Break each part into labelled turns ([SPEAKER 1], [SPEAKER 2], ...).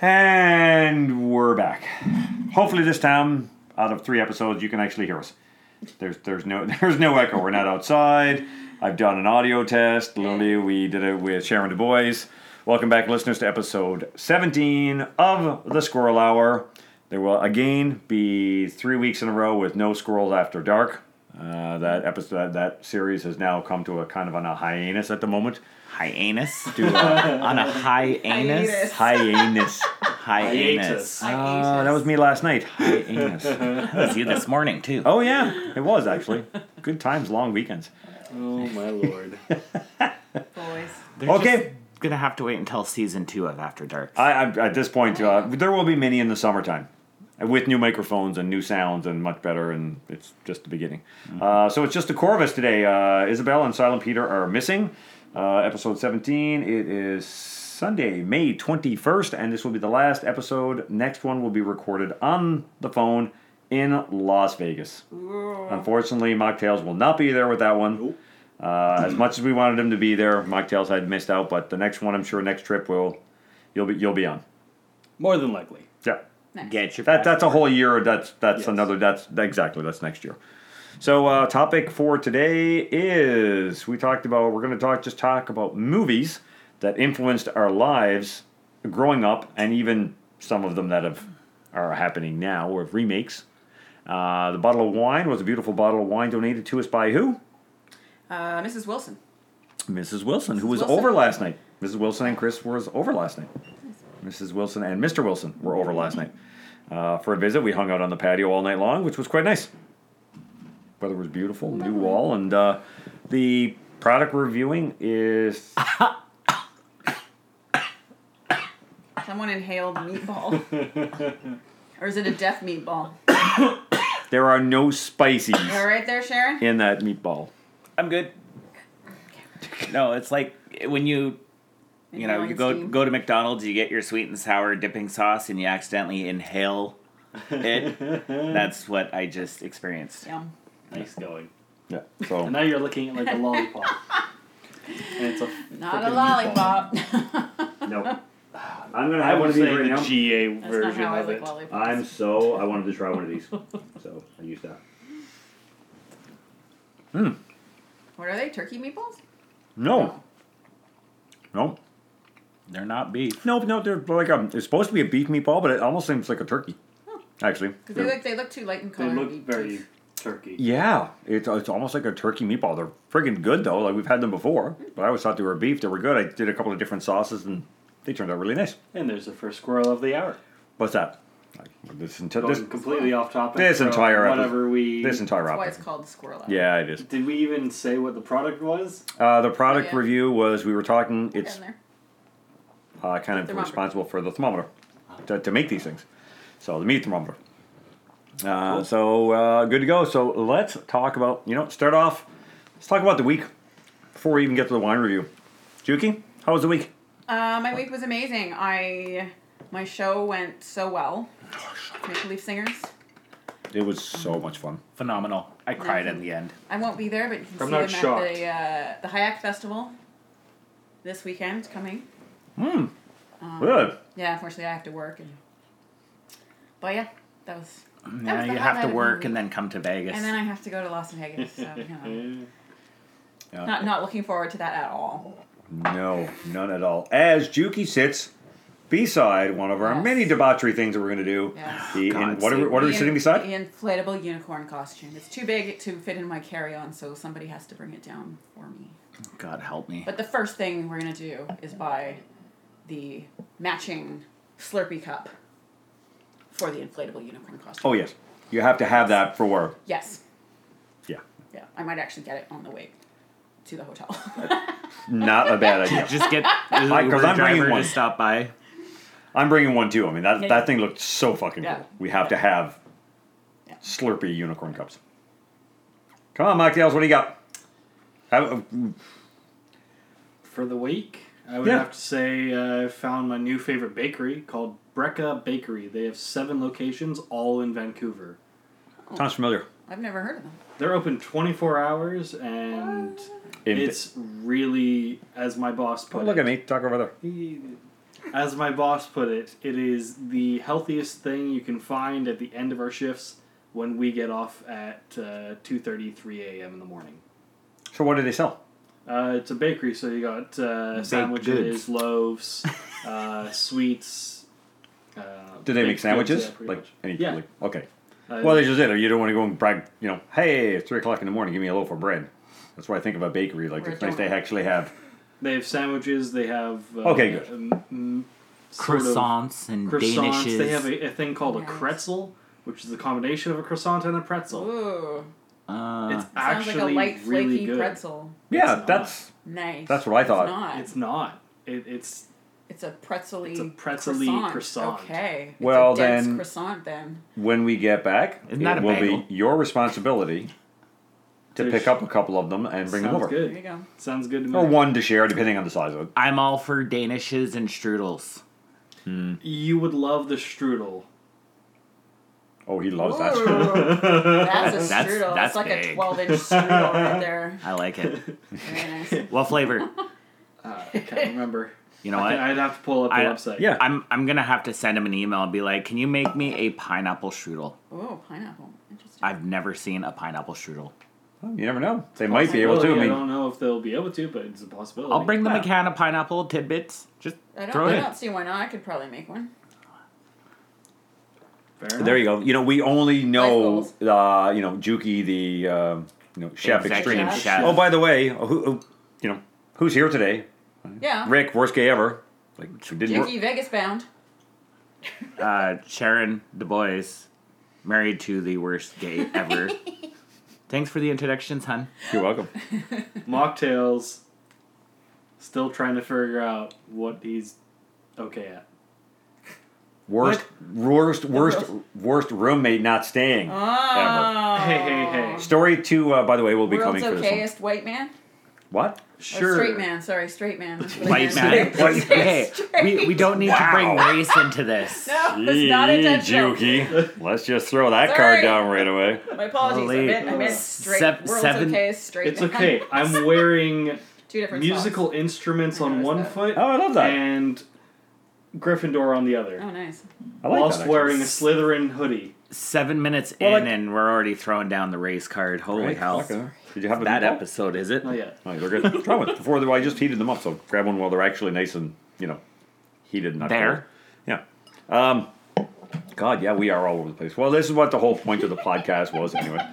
[SPEAKER 1] And we're back. Hopefully this time, out of three episodes, you can actually hear us. There's there's no there's no echo. We're not outside. I've done an audio test. Lonely, we did it with Sharon Du Bois. Welcome back, listeners, to episode 17 of the Squirrel Hour. There will again be three weeks in a row with no squirrels after dark. Uh, that episode, that series has now come to a kind of on a hiatus at the moment.
[SPEAKER 2] Hyenas.
[SPEAKER 1] Due, uh,
[SPEAKER 2] On a hyenas.
[SPEAKER 3] Hiatus.
[SPEAKER 1] hiatus.
[SPEAKER 2] Hyenas.
[SPEAKER 4] Hiatus.
[SPEAKER 2] That
[SPEAKER 1] Uh, that was me last night. Hiatus.
[SPEAKER 2] was you this morning too.
[SPEAKER 1] Oh yeah, it was actually good times, long weekends.
[SPEAKER 4] Oh my lord.
[SPEAKER 3] boys.
[SPEAKER 2] They're
[SPEAKER 1] Okay.
[SPEAKER 2] just Gonna have to wait until season two of After Dark.
[SPEAKER 1] I, I at this point, uh, there will be many in the summertime, uh, with new microphones and new sounds and much better, and it's just the beginning. Uh, so it's just the core of us today. Uh, Isabel and Silent Peter are missing. Uh, episode seventeen. It is Sunday, May twenty first, and this will be the last episode. Next one will be recorded on the phone in Las Vegas. Unfortunately, Mocktails will not be there with that one.
[SPEAKER 4] Nope.
[SPEAKER 1] Uh, as much as we wanted him to be there, Mocktails had missed out. But the next one, I'm sure, next trip will you'll be you'll be on.
[SPEAKER 4] More than likely.
[SPEAKER 1] Yeah,
[SPEAKER 3] Nice.
[SPEAKER 2] Get your
[SPEAKER 1] that that's a whole year. That's that's
[SPEAKER 4] Yes.
[SPEAKER 1] another. That's exactly that's next year. So uh, topic for today is we talked about we're going to talk just talk about movies that influenced our lives growing up, and even some of them that have are happening now or remakes. Uh, the bottle of wine was a beautiful bottle of wine donated to us by who?
[SPEAKER 3] Uh, Mrs. Wilson.
[SPEAKER 1] Mrs. Wilson, who was
[SPEAKER 3] Wilson.
[SPEAKER 1] over last night. Mrs. Wilson and Chris were over last night. Mrs. Wilson and Mr. Wilson were over last night uh, for a visit. We hung out on the patio all night long, which was quite nice. Weather was beautiful, new wall, and uh, the product we're reviewing is
[SPEAKER 3] Someone inhaled meatball. or is it a deaf meatball?
[SPEAKER 1] there are no spices
[SPEAKER 3] You all right there, Sharon?
[SPEAKER 1] in that meatball.
[SPEAKER 2] I'm good. No, it's like when you you know you go go to McDonald's, you get your sweet and sour dipping sauce, and you accidentally inhale it. That's what I just experienced.
[SPEAKER 3] Yum.
[SPEAKER 4] Nice going.
[SPEAKER 1] Yeah,
[SPEAKER 4] And
[SPEAKER 1] so
[SPEAKER 4] now you're looking at like a lollipop. and it's a
[SPEAKER 3] Not
[SPEAKER 4] frickin'
[SPEAKER 3] a lollipop.
[SPEAKER 1] no, I'm gonna
[SPEAKER 4] meatball. I
[SPEAKER 1] have one
[SPEAKER 4] would
[SPEAKER 1] of these
[SPEAKER 4] say
[SPEAKER 1] right
[SPEAKER 4] the
[SPEAKER 1] now.
[SPEAKER 4] GA
[SPEAKER 3] That's not
[SPEAKER 4] version
[SPEAKER 3] how I
[SPEAKER 4] of
[SPEAKER 3] like
[SPEAKER 4] it.
[SPEAKER 3] lollipops.
[SPEAKER 1] I'm so I wanted to try one of these, so I used that.
[SPEAKER 3] What are they? Turkey meatballs?
[SPEAKER 1] No, no,
[SPEAKER 2] They're not beef.
[SPEAKER 1] Nope, no, they're like a, it's supposed to be a beef meatball, but it almost seems like a turkey. Actually,
[SPEAKER 3] Because they look, they look too light in
[SPEAKER 4] They
[SPEAKER 3] color. to
[SPEAKER 4] look
[SPEAKER 3] be
[SPEAKER 4] very
[SPEAKER 3] beef.
[SPEAKER 4] turkey.
[SPEAKER 1] yeah, it's it's almost like a turkey meatball. They're friggin' good though. Like we've had them before, but I always thought they were beef. They were good. I did a couple of different sauces, and they turned out really nice.
[SPEAKER 4] And there's the first squirrel of the hour.
[SPEAKER 1] What's that? Like, This enti-
[SPEAKER 4] Going
[SPEAKER 1] this,
[SPEAKER 4] completely off topic.
[SPEAKER 1] this
[SPEAKER 4] from
[SPEAKER 1] entire episode-
[SPEAKER 4] whatever we
[SPEAKER 1] this entire
[SPEAKER 3] That's why it's
[SPEAKER 1] outfit.
[SPEAKER 3] called the squirrel. Hour.
[SPEAKER 1] Yeah, it is.
[SPEAKER 4] did we even say what the product was?
[SPEAKER 1] Uh, the product
[SPEAKER 3] Oh, Yeah.
[SPEAKER 1] review was we were talking.
[SPEAKER 3] Down
[SPEAKER 1] It's
[SPEAKER 3] there.
[SPEAKER 1] uh, kind of
[SPEAKER 3] Thermometer.
[SPEAKER 1] responsible for the thermometer to, to make these things. So the meat thermometer. Uh, So uh, good to go. So let's talk about you know start off. Let's talk about the week before we even get to the wine review. Juki, how was the week?
[SPEAKER 3] Uh, my week was amazing. I my show went so well. Maple Leaf Singers.
[SPEAKER 1] It was so much fun.
[SPEAKER 2] Phenomenal. I cried in the end.
[SPEAKER 3] I won't be there, but you can
[SPEAKER 4] I'm
[SPEAKER 3] see
[SPEAKER 4] not
[SPEAKER 3] them
[SPEAKER 4] shocked.
[SPEAKER 3] at the uh, the Hayak Festival this weekend coming.
[SPEAKER 1] Uh-huh. Good.
[SPEAKER 3] Yeah, unfortunately, I have to work. And... But yeah, that was. that was
[SPEAKER 2] Now
[SPEAKER 3] the
[SPEAKER 2] you
[SPEAKER 3] highlight
[SPEAKER 2] have
[SPEAKER 3] of
[SPEAKER 2] to
[SPEAKER 3] my
[SPEAKER 2] work
[SPEAKER 3] week.
[SPEAKER 2] and then come to Vegas.
[SPEAKER 3] And then I have to go to Las Vegas, so you know,
[SPEAKER 1] Yeah.
[SPEAKER 3] not not looking forward to that at all.
[SPEAKER 1] No, none at all. As Juki sits beside one of our
[SPEAKER 3] Yes.
[SPEAKER 1] many debauchery things that we're going to do.
[SPEAKER 3] Yes.
[SPEAKER 1] The,
[SPEAKER 2] God
[SPEAKER 1] and what are,
[SPEAKER 2] save
[SPEAKER 1] we- what are we
[SPEAKER 3] The
[SPEAKER 1] sitting
[SPEAKER 3] in-
[SPEAKER 1] beside?
[SPEAKER 3] The inflatable unicorn costume. It's too big to fit in my carry-on, so somebody has to bring it down for me.
[SPEAKER 2] God help me.
[SPEAKER 3] But the first thing we're gonna do is buy the matching Slurpee cup for the inflatable unicorn costume.
[SPEAKER 1] Oh yes, you have to have that for
[SPEAKER 3] Yes.
[SPEAKER 1] yeah.
[SPEAKER 3] Yeah, I might actually get it on the way to the hotel.
[SPEAKER 1] Not a bad idea.
[SPEAKER 2] Just get the
[SPEAKER 1] Like, 'cause
[SPEAKER 2] Uber
[SPEAKER 1] I'm bringing
[SPEAKER 2] driver
[SPEAKER 1] one.
[SPEAKER 2] to stop by.
[SPEAKER 1] I'm bringing one too. I mean that
[SPEAKER 3] Yeah,
[SPEAKER 1] that
[SPEAKER 3] yeah.
[SPEAKER 1] thing looked so fucking
[SPEAKER 3] Yeah.
[SPEAKER 1] cool. We have to have
[SPEAKER 3] Yeah.
[SPEAKER 1] Slurpee unicorn cups. Come on, Mocktails, what do you got? uh, Have,
[SPEAKER 4] For the week, I would
[SPEAKER 1] Yeah.
[SPEAKER 4] have to say uh, I found my new favorite bakery called Brecca Bakery. They have seven locations, all in Vancouver.
[SPEAKER 1] sounds familiar.
[SPEAKER 3] I've never heard of them.
[SPEAKER 4] They're open 24 hours, and
[SPEAKER 1] In-
[SPEAKER 4] it's really, as my boss
[SPEAKER 1] oh,
[SPEAKER 4] put
[SPEAKER 1] look
[SPEAKER 4] it,
[SPEAKER 1] at me, talk over there.
[SPEAKER 4] he- as my boss put it, it is the healthiest thing you can find at the end of our shifts when we get off at uh, 2.30, 3 a.m. in the morning.
[SPEAKER 1] So what do they sell?
[SPEAKER 4] Uh, it's a bakery, so you got uh, sandwiches,
[SPEAKER 2] goods.
[SPEAKER 4] loaves, uh, sweets. Uh,
[SPEAKER 1] Do they make
[SPEAKER 4] baked goods,
[SPEAKER 1] sandwiches?
[SPEAKER 4] yeah, pretty
[SPEAKER 1] like
[SPEAKER 4] much.
[SPEAKER 1] any?
[SPEAKER 4] yeah.
[SPEAKER 1] Like, okay.
[SPEAKER 4] Uh,
[SPEAKER 1] Well, this is it. You don't want to go and brag. You know, hey, it's three o'clock in the morning. Give me a loaf of bread. That's why I think of a bakery. Like
[SPEAKER 3] Or a
[SPEAKER 1] it's nice they
[SPEAKER 3] donut.
[SPEAKER 1] actually have.
[SPEAKER 4] They have sandwiches. They have uh,
[SPEAKER 1] Okay, good.
[SPEAKER 4] m- m- sort of
[SPEAKER 2] Croissants and
[SPEAKER 4] croissants.
[SPEAKER 2] danishes.
[SPEAKER 4] They have a, a thing called a
[SPEAKER 3] Nice.
[SPEAKER 4] kretzel, which is the combination of a croissant and a pretzel.
[SPEAKER 3] Ooh.
[SPEAKER 2] Uh,
[SPEAKER 4] It's
[SPEAKER 3] Sounds
[SPEAKER 4] actually
[SPEAKER 3] like a light, flaky
[SPEAKER 4] really good.
[SPEAKER 3] pretzel.
[SPEAKER 1] Yeah,
[SPEAKER 4] not.
[SPEAKER 1] that's
[SPEAKER 3] Nice.
[SPEAKER 1] That's what I thought.
[SPEAKER 3] It's not.
[SPEAKER 4] It's not. It, it's
[SPEAKER 3] It's a pretzely.
[SPEAKER 4] It's a pretzely croissant.
[SPEAKER 3] Okay. It's
[SPEAKER 1] Well,
[SPEAKER 3] a dense
[SPEAKER 1] then-
[SPEAKER 3] croissant then.
[SPEAKER 1] when we get back.
[SPEAKER 2] Isn't that
[SPEAKER 1] it
[SPEAKER 2] a
[SPEAKER 1] will
[SPEAKER 2] bagel?
[SPEAKER 1] be your responsibility to
[SPEAKER 4] There's-
[SPEAKER 1] pick up a couple of them and bring them
[SPEAKER 4] sounds
[SPEAKER 1] over,
[SPEAKER 3] There you
[SPEAKER 4] good.
[SPEAKER 3] go.
[SPEAKER 4] Sounds good to me.
[SPEAKER 1] or one to share, depending on the size of it.
[SPEAKER 2] I'm all for danishes and strudels.
[SPEAKER 4] You would love the strudel.
[SPEAKER 1] Oh, he loves that.
[SPEAKER 3] Ooh, that's a
[SPEAKER 2] That's-
[SPEAKER 3] strudel.
[SPEAKER 2] that's
[SPEAKER 3] it's like a
[SPEAKER 2] big.
[SPEAKER 3] 12 inch strudel right there.
[SPEAKER 2] I like it.
[SPEAKER 3] Very nice.
[SPEAKER 2] what flavor?
[SPEAKER 4] Uh, I can't remember.
[SPEAKER 2] You know
[SPEAKER 4] I,
[SPEAKER 2] what?
[SPEAKER 4] I'd have to pull up the
[SPEAKER 2] I-
[SPEAKER 4] website.
[SPEAKER 1] yeah.
[SPEAKER 2] I'm I'm gonna have to send him an email and be like, "Can you make me a pineapple strudel?"
[SPEAKER 3] Ooh, pineapple. Interesting.
[SPEAKER 2] I've never seen a pineapple strudel.
[SPEAKER 1] Well, You never know. They might be able to. I
[SPEAKER 4] I
[SPEAKER 1] mean,
[SPEAKER 4] don't know if they'll be able to, but it's a possibility.
[SPEAKER 2] I'll bring them
[SPEAKER 1] Yeah.
[SPEAKER 2] a can of pineapple tidbits. Just
[SPEAKER 3] I don't,
[SPEAKER 2] throw
[SPEAKER 3] I
[SPEAKER 2] it in.
[SPEAKER 3] don't see why not. I could probably make one.
[SPEAKER 4] Fair enough.
[SPEAKER 1] there you go. You know, we only know
[SPEAKER 3] Life
[SPEAKER 1] uh, you know Juki, the uh, you know chef
[SPEAKER 2] Executive
[SPEAKER 1] extreme.
[SPEAKER 2] chef. uh,
[SPEAKER 1] Oh, by the way, who, who you know who's here today?
[SPEAKER 3] Yeah.
[SPEAKER 1] Mm-hmm. Rick, worst gay ever. Like we didn't.
[SPEAKER 3] Yuki Vegas bound.
[SPEAKER 2] uh, Sharon Du Bois, married to the worst gay ever. Thanks for the introductions, hun.
[SPEAKER 1] You're welcome.
[SPEAKER 4] Mocktails. Still trying to figure out what he's okay at.
[SPEAKER 1] Worst, worst, worst, worst roommate not staying
[SPEAKER 3] Oh.
[SPEAKER 4] Hey, hey, hey.
[SPEAKER 1] ever. Story two, uh, by the way, will be coming
[SPEAKER 3] World's
[SPEAKER 1] for this one.
[SPEAKER 3] okayest white man?
[SPEAKER 1] What?
[SPEAKER 3] Or
[SPEAKER 4] Sure.
[SPEAKER 3] straight man. Sorry, straight man. That's what I
[SPEAKER 2] White man.
[SPEAKER 3] meant.
[SPEAKER 1] White-
[SPEAKER 2] Hey, we, we don't need to bring
[SPEAKER 1] Wow.
[SPEAKER 2] race into this.
[SPEAKER 3] No, it's not intentional.
[SPEAKER 1] Juki. Let's just throw that
[SPEAKER 3] Sorry.
[SPEAKER 1] card down right away.
[SPEAKER 3] My apologies. I
[SPEAKER 2] Holy-
[SPEAKER 3] meant, I meant straight.
[SPEAKER 2] Sev-
[SPEAKER 3] world's
[SPEAKER 2] seven-
[SPEAKER 3] okay, straight.
[SPEAKER 4] It's
[SPEAKER 3] man.
[SPEAKER 4] okay. I'm wearing
[SPEAKER 3] Two different songs.
[SPEAKER 4] musical instruments
[SPEAKER 3] I
[SPEAKER 4] on
[SPEAKER 3] noticed
[SPEAKER 4] one
[SPEAKER 3] that.
[SPEAKER 4] foot
[SPEAKER 1] Oh, I love that.
[SPEAKER 4] and Gryffindor on the other,
[SPEAKER 3] Oh, nice.
[SPEAKER 1] I like
[SPEAKER 4] whilst
[SPEAKER 1] that. actually.
[SPEAKER 4] wearing a Slytherin hoodie.
[SPEAKER 2] Seven minutes
[SPEAKER 1] Well,
[SPEAKER 2] in,
[SPEAKER 1] like-
[SPEAKER 2] and we're already throwing down the race card. Holy
[SPEAKER 1] Right,
[SPEAKER 2] hell.
[SPEAKER 1] fuck, uh, Did you have a
[SPEAKER 2] That
[SPEAKER 1] meatball?
[SPEAKER 2] episode, is it?
[SPEAKER 4] Not yet.
[SPEAKER 1] Oh, they're good. Try one before the, I just heated them up. So grab one while they're actually nice and you know heated. Not
[SPEAKER 2] There.
[SPEAKER 1] cold. Yeah. Um, God, yeah, we are all over the place. Well, this is what the whole point of the podcast was, anyway. Uh,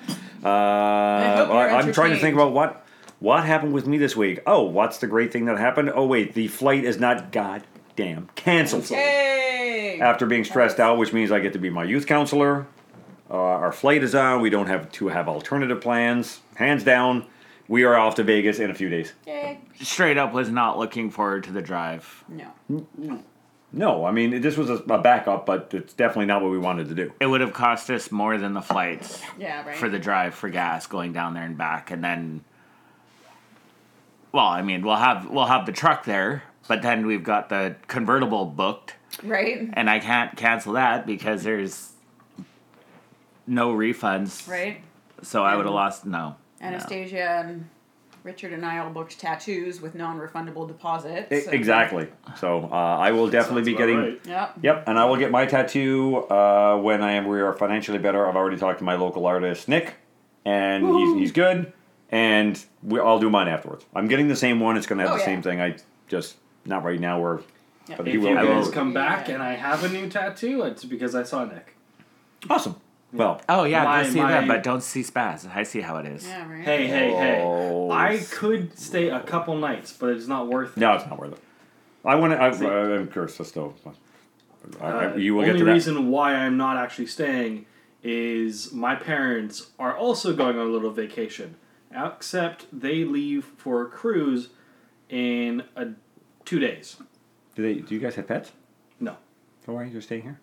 [SPEAKER 3] hope you're
[SPEAKER 1] I am trying to think
[SPEAKER 3] entertained.
[SPEAKER 1] about what what happened with me this week. Oh, what's the great thing that happened? Oh, wait, the flight is not goddamn canceled.
[SPEAKER 3] Yay!
[SPEAKER 1] After being stressed out, which means I get to be my youth counselor. Uh, our flight is on. We don't have to have alternative plans. Hands down, we are off to Vegas in a few days.
[SPEAKER 3] Yay.
[SPEAKER 2] Straight up was not looking forward to the drive.
[SPEAKER 3] No.
[SPEAKER 1] No, I mean this was a, a backup, but it's definitely not what we wanted to do.
[SPEAKER 2] It would have cost us more than the flights
[SPEAKER 3] Yeah, right.
[SPEAKER 2] for the drive for gas going down there and back, and then. Well, I mean, we'll have we'll have the truck there, but then we've got the convertible booked,
[SPEAKER 3] right?
[SPEAKER 2] and I can't cancel that because there's no refunds.
[SPEAKER 3] Right?
[SPEAKER 2] So I would have lost no.
[SPEAKER 3] Anastasia and Richard and I all booked tattoos with non refundable deposits.
[SPEAKER 1] E-
[SPEAKER 3] so-
[SPEAKER 1] Exactly. So uh, I will definitely
[SPEAKER 4] Sounds
[SPEAKER 1] be
[SPEAKER 4] about
[SPEAKER 1] getting.
[SPEAKER 4] right.
[SPEAKER 3] Yep.
[SPEAKER 1] Yep, and I will get my tattoo uh, when I am. We are financially better. I've already talked to my local artist Nick, and he's, he's good. And we, I'll do mine afterwards. I'm getting the same one. It's going to have
[SPEAKER 3] Oh,
[SPEAKER 1] the
[SPEAKER 3] yeah.
[SPEAKER 1] same thing. I just not right now. We're
[SPEAKER 3] Yeah.
[SPEAKER 1] but
[SPEAKER 4] If
[SPEAKER 1] he
[SPEAKER 4] you
[SPEAKER 1] will.
[SPEAKER 2] I
[SPEAKER 4] guys
[SPEAKER 2] will-
[SPEAKER 4] come back
[SPEAKER 3] Yeah.
[SPEAKER 4] and I have a new tattoo, it's because I saw Nick.
[SPEAKER 1] awesome. Well,
[SPEAKER 2] Oh yeah,
[SPEAKER 4] My-
[SPEAKER 2] go see
[SPEAKER 4] my-
[SPEAKER 2] that, but don't see Spaz. I see how it is.
[SPEAKER 3] Yeah, right.
[SPEAKER 4] Hey, hey, hey.
[SPEAKER 1] Oh.
[SPEAKER 4] I could stay a couple nights, but it's not worth it.
[SPEAKER 1] no, it's not worth it. I want to. I- I'm curious. Just though, I, I-
[SPEAKER 4] Uh,
[SPEAKER 1] you will get
[SPEAKER 4] only
[SPEAKER 1] to that.
[SPEAKER 4] reason why I'm not actually staying is my parents are also going on a little vacation, except they leave for a cruise in a, two days.
[SPEAKER 1] do they? Do you guys have pets?
[SPEAKER 4] No,
[SPEAKER 1] Oh, why are you staying here?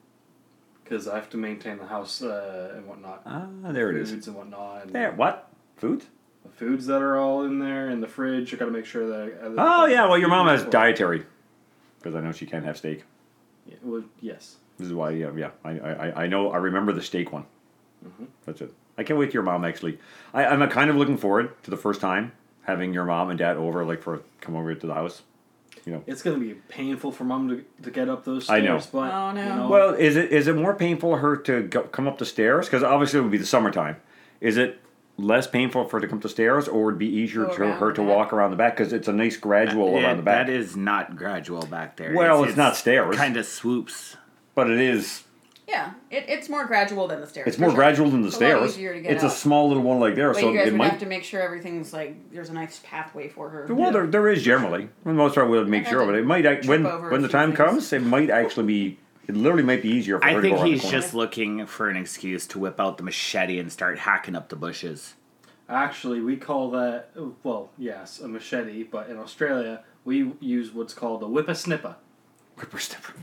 [SPEAKER 4] because I have to maintain the house uh, and whatnot,
[SPEAKER 1] Ah, there it is.
[SPEAKER 4] foods and whatnot, and
[SPEAKER 1] There, what? Food?
[SPEAKER 4] the foods that are all in there in the fridge. I got to make sure that. I,
[SPEAKER 1] Oh, yeah, well, your mom has
[SPEAKER 4] Yeah,
[SPEAKER 1] dietary. Because I know she can't have steak.
[SPEAKER 4] well, yes.
[SPEAKER 1] This is why, yeah, yeah. I, I, I- I know, I remember the steak one. That's it. I can't wait to your mom, actually. I, I'm uh, kind of looking forward to the first time having your mom and dad over, like, for come over to the house. You know.
[SPEAKER 4] It's going to be painful for mom to, to get up those
[SPEAKER 1] I
[SPEAKER 4] stairs.
[SPEAKER 1] know.
[SPEAKER 4] But,
[SPEAKER 3] Oh, no.
[SPEAKER 4] you know,
[SPEAKER 1] Well, is it is it more painful for her to go, come up the stairs? Because obviously it would be the summertime. Is it less painful for her to come up the stairs, or would it be easier
[SPEAKER 3] Go
[SPEAKER 1] to
[SPEAKER 3] around
[SPEAKER 1] her
[SPEAKER 3] the
[SPEAKER 1] to
[SPEAKER 3] back.
[SPEAKER 1] walk around the back? Because it's a nice gradual
[SPEAKER 2] Yeah,
[SPEAKER 1] around the back.
[SPEAKER 2] That is not gradual back there.
[SPEAKER 1] Well, it's not stairs.
[SPEAKER 2] Kind of swoops.
[SPEAKER 1] but it is.
[SPEAKER 3] Yeah, it, it's more gradual than the stairs.
[SPEAKER 1] It's
[SPEAKER 3] for
[SPEAKER 1] more
[SPEAKER 3] sure.
[SPEAKER 1] gradual than the
[SPEAKER 3] It's a lot
[SPEAKER 1] stairs.
[SPEAKER 3] easier to get
[SPEAKER 1] it's
[SPEAKER 3] up.
[SPEAKER 1] a small little one like there,
[SPEAKER 3] But
[SPEAKER 1] so
[SPEAKER 3] you guys
[SPEAKER 1] it
[SPEAKER 3] would
[SPEAKER 1] might.
[SPEAKER 3] have to make sure everything's like there's a nice pathway for her.
[SPEAKER 1] Well, there, there is generally. For the most part, we'll make
[SPEAKER 3] I've
[SPEAKER 1] sure,
[SPEAKER 3] had
[SPEAKER 1] but
[SPEAKER 3] to
[SPEAKER 1] it might act, when
[SPEAKER 3] trip over
[SPEAKER 1] when
[SPEAKER 3] a
[SPEAKER 1] the
[SPEAKER 3] few
[SPEAKER 1] time
[SPEAKER 3] things.
[SPEAKER 1] comes, it might actually be. It literally might be easier for
[SPEAKER 2] I
[SPEAKER 1] her to go
[SPEAKER 2] think
[SPEAKER 1] around the
[SPEAKER 2] he's
[SPEAKER 1] corner.
[SPEAKER 2] just looking for an excuse to whip out the machete and start hacking up the bushes.
[SPEAKER 4] actually, we call that, well, yes, a machete, but in Australia, we use what's called a whippersnipper.
[SPEAKER 1] Whippersnapper.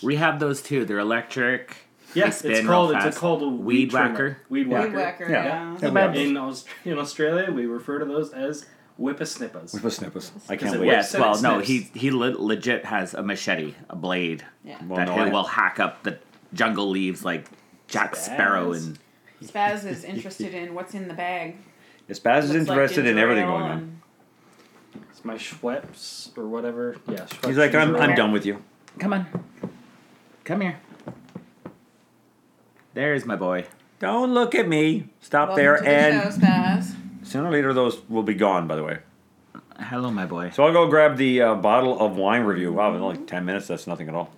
[SPEAKER 2] We have those too. They're electric.
[SPEAKER 4] Yes,
[SPEAKER 2] They
[SPEAKER 4] it's
[SPEAKER 2] spin
[SPEAKER 4] called,
[SPEAKER 2] real
[SPEAKER 4] it's
[SPEAKER 2] fast.
[SPEAKER 4] a, called a weed,
[SPEAKER 2] Weed
[SPEAKER 4] trimmer.
[SPEAKER 2] whacker?
[SPEAKER 4] Weed
[SPEAKER 1] Yeah.
[SPEAKER 4] whacker.
[SPEAKER 3] Weed whacker,
[SPEAKER 1] Yeah.
[SPEAKER 3] yeah.
[SPEAKER 1] Yeah.
[SPEAKER 4] In, Aus- in Australia, we refer to those as whippersnippers.
[SPEAKER 1] Whippersnappers. I
[SPEAKER 4] Is
[SPEAKER 1] can't
[SPEAKER 4] it
[SPEAKER 1] wait.
[SPEAKER 4] worse?
[SPEAKER 2] Yes,
[SPEAKER 4] said
[SPEAKER 2] well,
[SPEAKER 4] it
[SPEAKER 2] no,
[SPEAKER 4] snips.
[SPEAKER 2] he he le- legit has a machete, a blade
[SPEAKER 3] Yeah.
[SPEAKER 1] Well,
[SPEAKER 2] that
[SPEAKER 1] no,
[SPEAKER 2] he
[SPEAKER 1] I-
[SPEAKER 2] will hack up the jungle leaves like Jack Sparrow
[SPEAKER 4] Spaz.
[SPEAKER 2] and
[SPEAKER 3] Spaz is interested in what's in the bag.
[SPEAKER 1] Spaz is
[SPEAKER 3] Looks like
[SPEAKER 1] interested in
[SPEAKER 3] ginger
[SPEAKER 1] everything
[SPEAKER 3] ale
[SPEAKER 1] going on.
[SPEAKER 3] and-
[SPEAKER 4] It's my Schweppes or whatever. Yeah, Schweppes.
[SPEAKER 1] He's like, I'm,
[SPEAKER 4] ginger
[SPEAKER 1] I'm
[SPEAKER 4] ale.
[SPEAKER 1] done with you.
[SPEAKER 2] come on, come here. There's my boy.
[SPEAKER 1] Don't look at me. Stop
[SPEAKER 3] Welcome
[SPEAKER 1] there.
[SPEAKER 3] to the
[SPEAKER 1] and
[SPEAKER 3] show, Spaz.
[SPEAKER 1] sooner or later, those will be gone, by the way.
[SPEAKER 2] Hello, my boy.
[SPEAKER 1] So I'll go grab the uh, bottle of wine review. Wow, in like 10 minutes, that's nothing at all.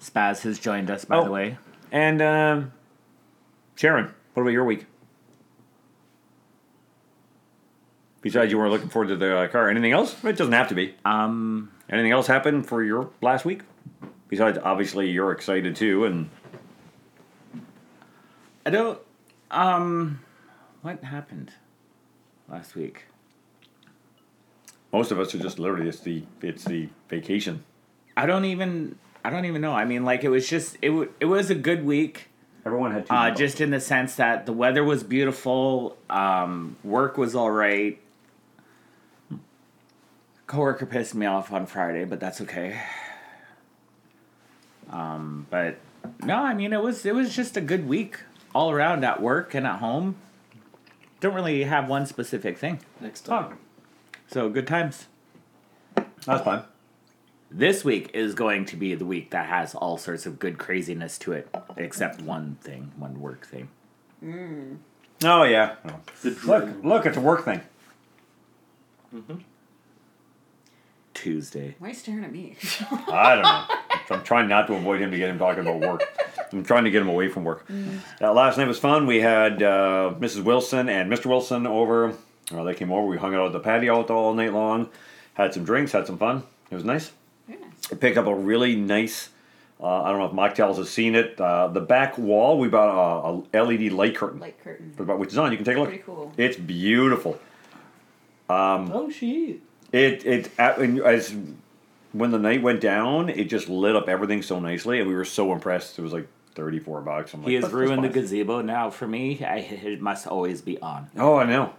[SPEAKER 2] Spaz has joined us, by
[SPEAKER 1] Oh.
[SPEAKER 2] the way.
[SPEAKER 1] And um, Sharon, what about your week? Besides, you weren't looking forward to the uh, car. Anything else? It doesn't have to be.
[SPEAKER 2] Um,
[SPEAKER 1] Anything else happened for your last week? Besides, obviously, you're excited too, and
[SPEAKER 2] I don't. Um, what happened last week?
[SPEAKER 1] most of us are just literally it's the it's the vacation.
[SPEAKER 2] I don't even. I don't even know. I mean, like it was just it. W- it was a good week.
[SPEAKER 1] Everyone had two.
[SPEAKER 2] Uh,
[SPEAKER 1] jobs.
[SPEAKER 2] just in the sense that the weather was beautiful, um, work was all right. Coworker pissed me off on Friday, but that's okay. Um, but no, I mean it was it was just a good week all around at work and at home. Don't really have one specific thing,
[SPEAKER 4] Next time.
[SPEAKER 2] so good times.
[SPEAKER 1] that's fine.
[SPEAKER 2] This week is going to be the week that has all sorts of good craziness to it, except one thing, one work thing.
[SPEAKER 1] Oh yeah. No.
[SPEAKER 4] The
[SPEAKER 1] Look, look, it's a work thing.
[SPEAKER 2] Tuesday.
[SPEAKER 3] Why are you staring at me?
[SPEAKER 1] I don't know. I'm trying not to avoid him to get him talking about work. I'm trying to get him away from work.
[SPEAKER 3] Mm.
[SPEAKER 1] Uh, last night was fun. We had uh, Mrs. Wilson and Mr. Wilson over. Uh, they came over. We hung out at the patio all- all night long. Had some drinks. Had some fun. It was nice.
[SPEAKER 3] Very nice.
[SPEAKER 1] I picked up a really nice. Uh, I don't know if Mocktails has seen it. Uh, the back wall, we bought a, a LED light curtain,
[SPEAKER 3] Light curtain.
[SPEAKER 1] which is on. You can take a look.
[SPEAKER 3] Pretty cool.
[SPEAKER 1] It's beautiful.
[SPEAKER 4] Oh, she.
[SPEAKER 1] It it at- and as when the night went down, it just lit up everything so nicely, and we were so impressed. It was like thirty four bucks. I'm like,
[SPEAKER 2] He has
[SPEAKER 1] "That's- that's
[SPEAKER 2] ruined the
[SPEAKER 1] fine."
[SPEAKER 2] gazebo now for me. I, it must always be on.
[SPEAKER 1] Oh, I know. It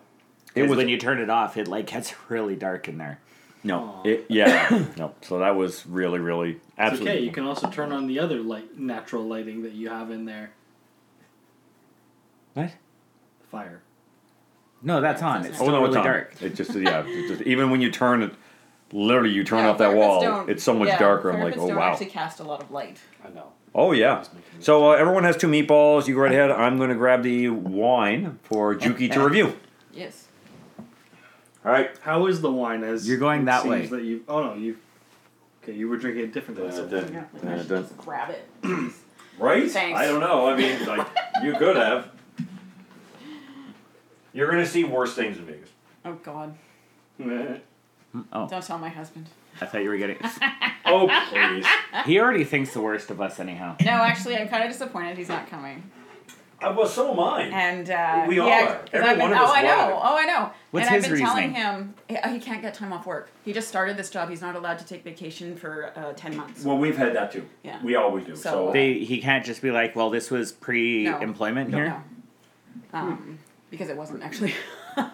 [SPEAKER 2] Because
[SPEAKER 1] was
[SPEAKER 2] when you turn it off, it like gets really dark in there.
[SPEAKER 1] no, it yeah no. So that was really really
[SPEAKER 4] It's
[SPEAKER 1] absolutely.
[SPEAKER 4] okay. You can also turn on the other light, natural lighting that you have in there.
[SPEAKER 2] What?
[SPEAKER 4] The fire.
[SPEAKER 2] No, that's
[SPEAKER 3] Yeah, it
[SPEAKER 2] on.
[SPEAKER 3] says
[SPEAKER 2] It's
[SPEAKER 3] that.
[SPEAKER 1] oh
[SPEAKER 2] still
[SPEAKER 1] no,
[SPEAKER 2] really
[SPEAKER 1] it's on.
[SPEAKER 2] dark.
[SPEAKER 1] It just yeah. It just, even when you turn it, literally you turn
[SPEAKER 3] Yeah,
[SPEAKER 1] off that
[SPEAKER 3] therapists
[SPEAKER 1] wall.
[SPEAKER 3] don't-
[SPEAKER 1] It's so much
[SPEAKER 3] yeah,
[SPEAKER 1] darker. I'm like,
[SPEAKER 3] therapists
[SPEAKER 1] oh
[SPEAKER 3] don't
[SPEAKER 1] wow.
[SPEAKER 3] actually cast a lot of light.
[SPEAKER 4] I know.
[SPEAKER 1] Oh yeah. So uh, everyone has two meatballs. You go right ahead. I'm going to grab the wine for Juki to review.
[SPEAKER 3] Yes.
[SPEAKER 1] All right.
[SPEAKER 4] How is the wine? As
[SPEAKER 2] You're going
[SPEAKER 4] it
[SPEAKER 2] that
[SPEAKER 4] seems
[SPEAKER 2] way.
[SPEAKER 4] That you. Oh no, you. Okay, you were drinking it differently. so-
[SPEAKER 3] Yeah, like I should just grab it.
[SPEAKER 1] Right?
[SPEAKER 3] Thanks.
[SPEAKER 1] I don't know. I mean, like, you could have. You're gonna see worse things in Vegas.
[SPEAKER 3] Oh God!
[SPEAKER 2] Oh,
[SPEAKER 3] Don't tell my husband.
[SPEAKER 2] I thought you were getting.
[SPEAKER 1] Oh please!
[SPEAKER 2] he already thinks the worst of us, anyhow.
[SPEAKER 3] No, actually, I'm kind of disappointed he's not coming.
[SPEAKER 1] I was so am I.
[SPEAKER 3] And uh,
[SPEAKER 1] We all
[SPEAKER 3] yeah,
[SPEAKER 1] are.
[SPEAKER 3] 'cause
[SPEAKER 1] Every
[SPEAKER 3] I've
[SPEAKER 1] one
[SPEAKER 3] been-
[SPEAKER 1] of us
[SPEAKER 3] Oh, I know.
[SPEAKER 1] lied.
[SPEAKER 3] Oh, I know.
[SPEAKER 2] What's
[SPEAKER 3] and
[SPEAKER 2] his
[SPEAKER 3] I've been telling
[SPEAKER 2] reasoning?
[SPEAKER 3] him he, he can't get time off work. He just started this job. He's not allowed to take vacation for uh, ten months.
[SPEAKER 1] Well, we've had that too.
[SPEAKER 3] Yeah.
[SPEAKER 1] We always do. So,
[SPEAKER 3] So-
[SPEAKER 2] They he can't just be like, well, this was pre-employment here.
[SPEAKER 3] No. Um, because it wasn't actually.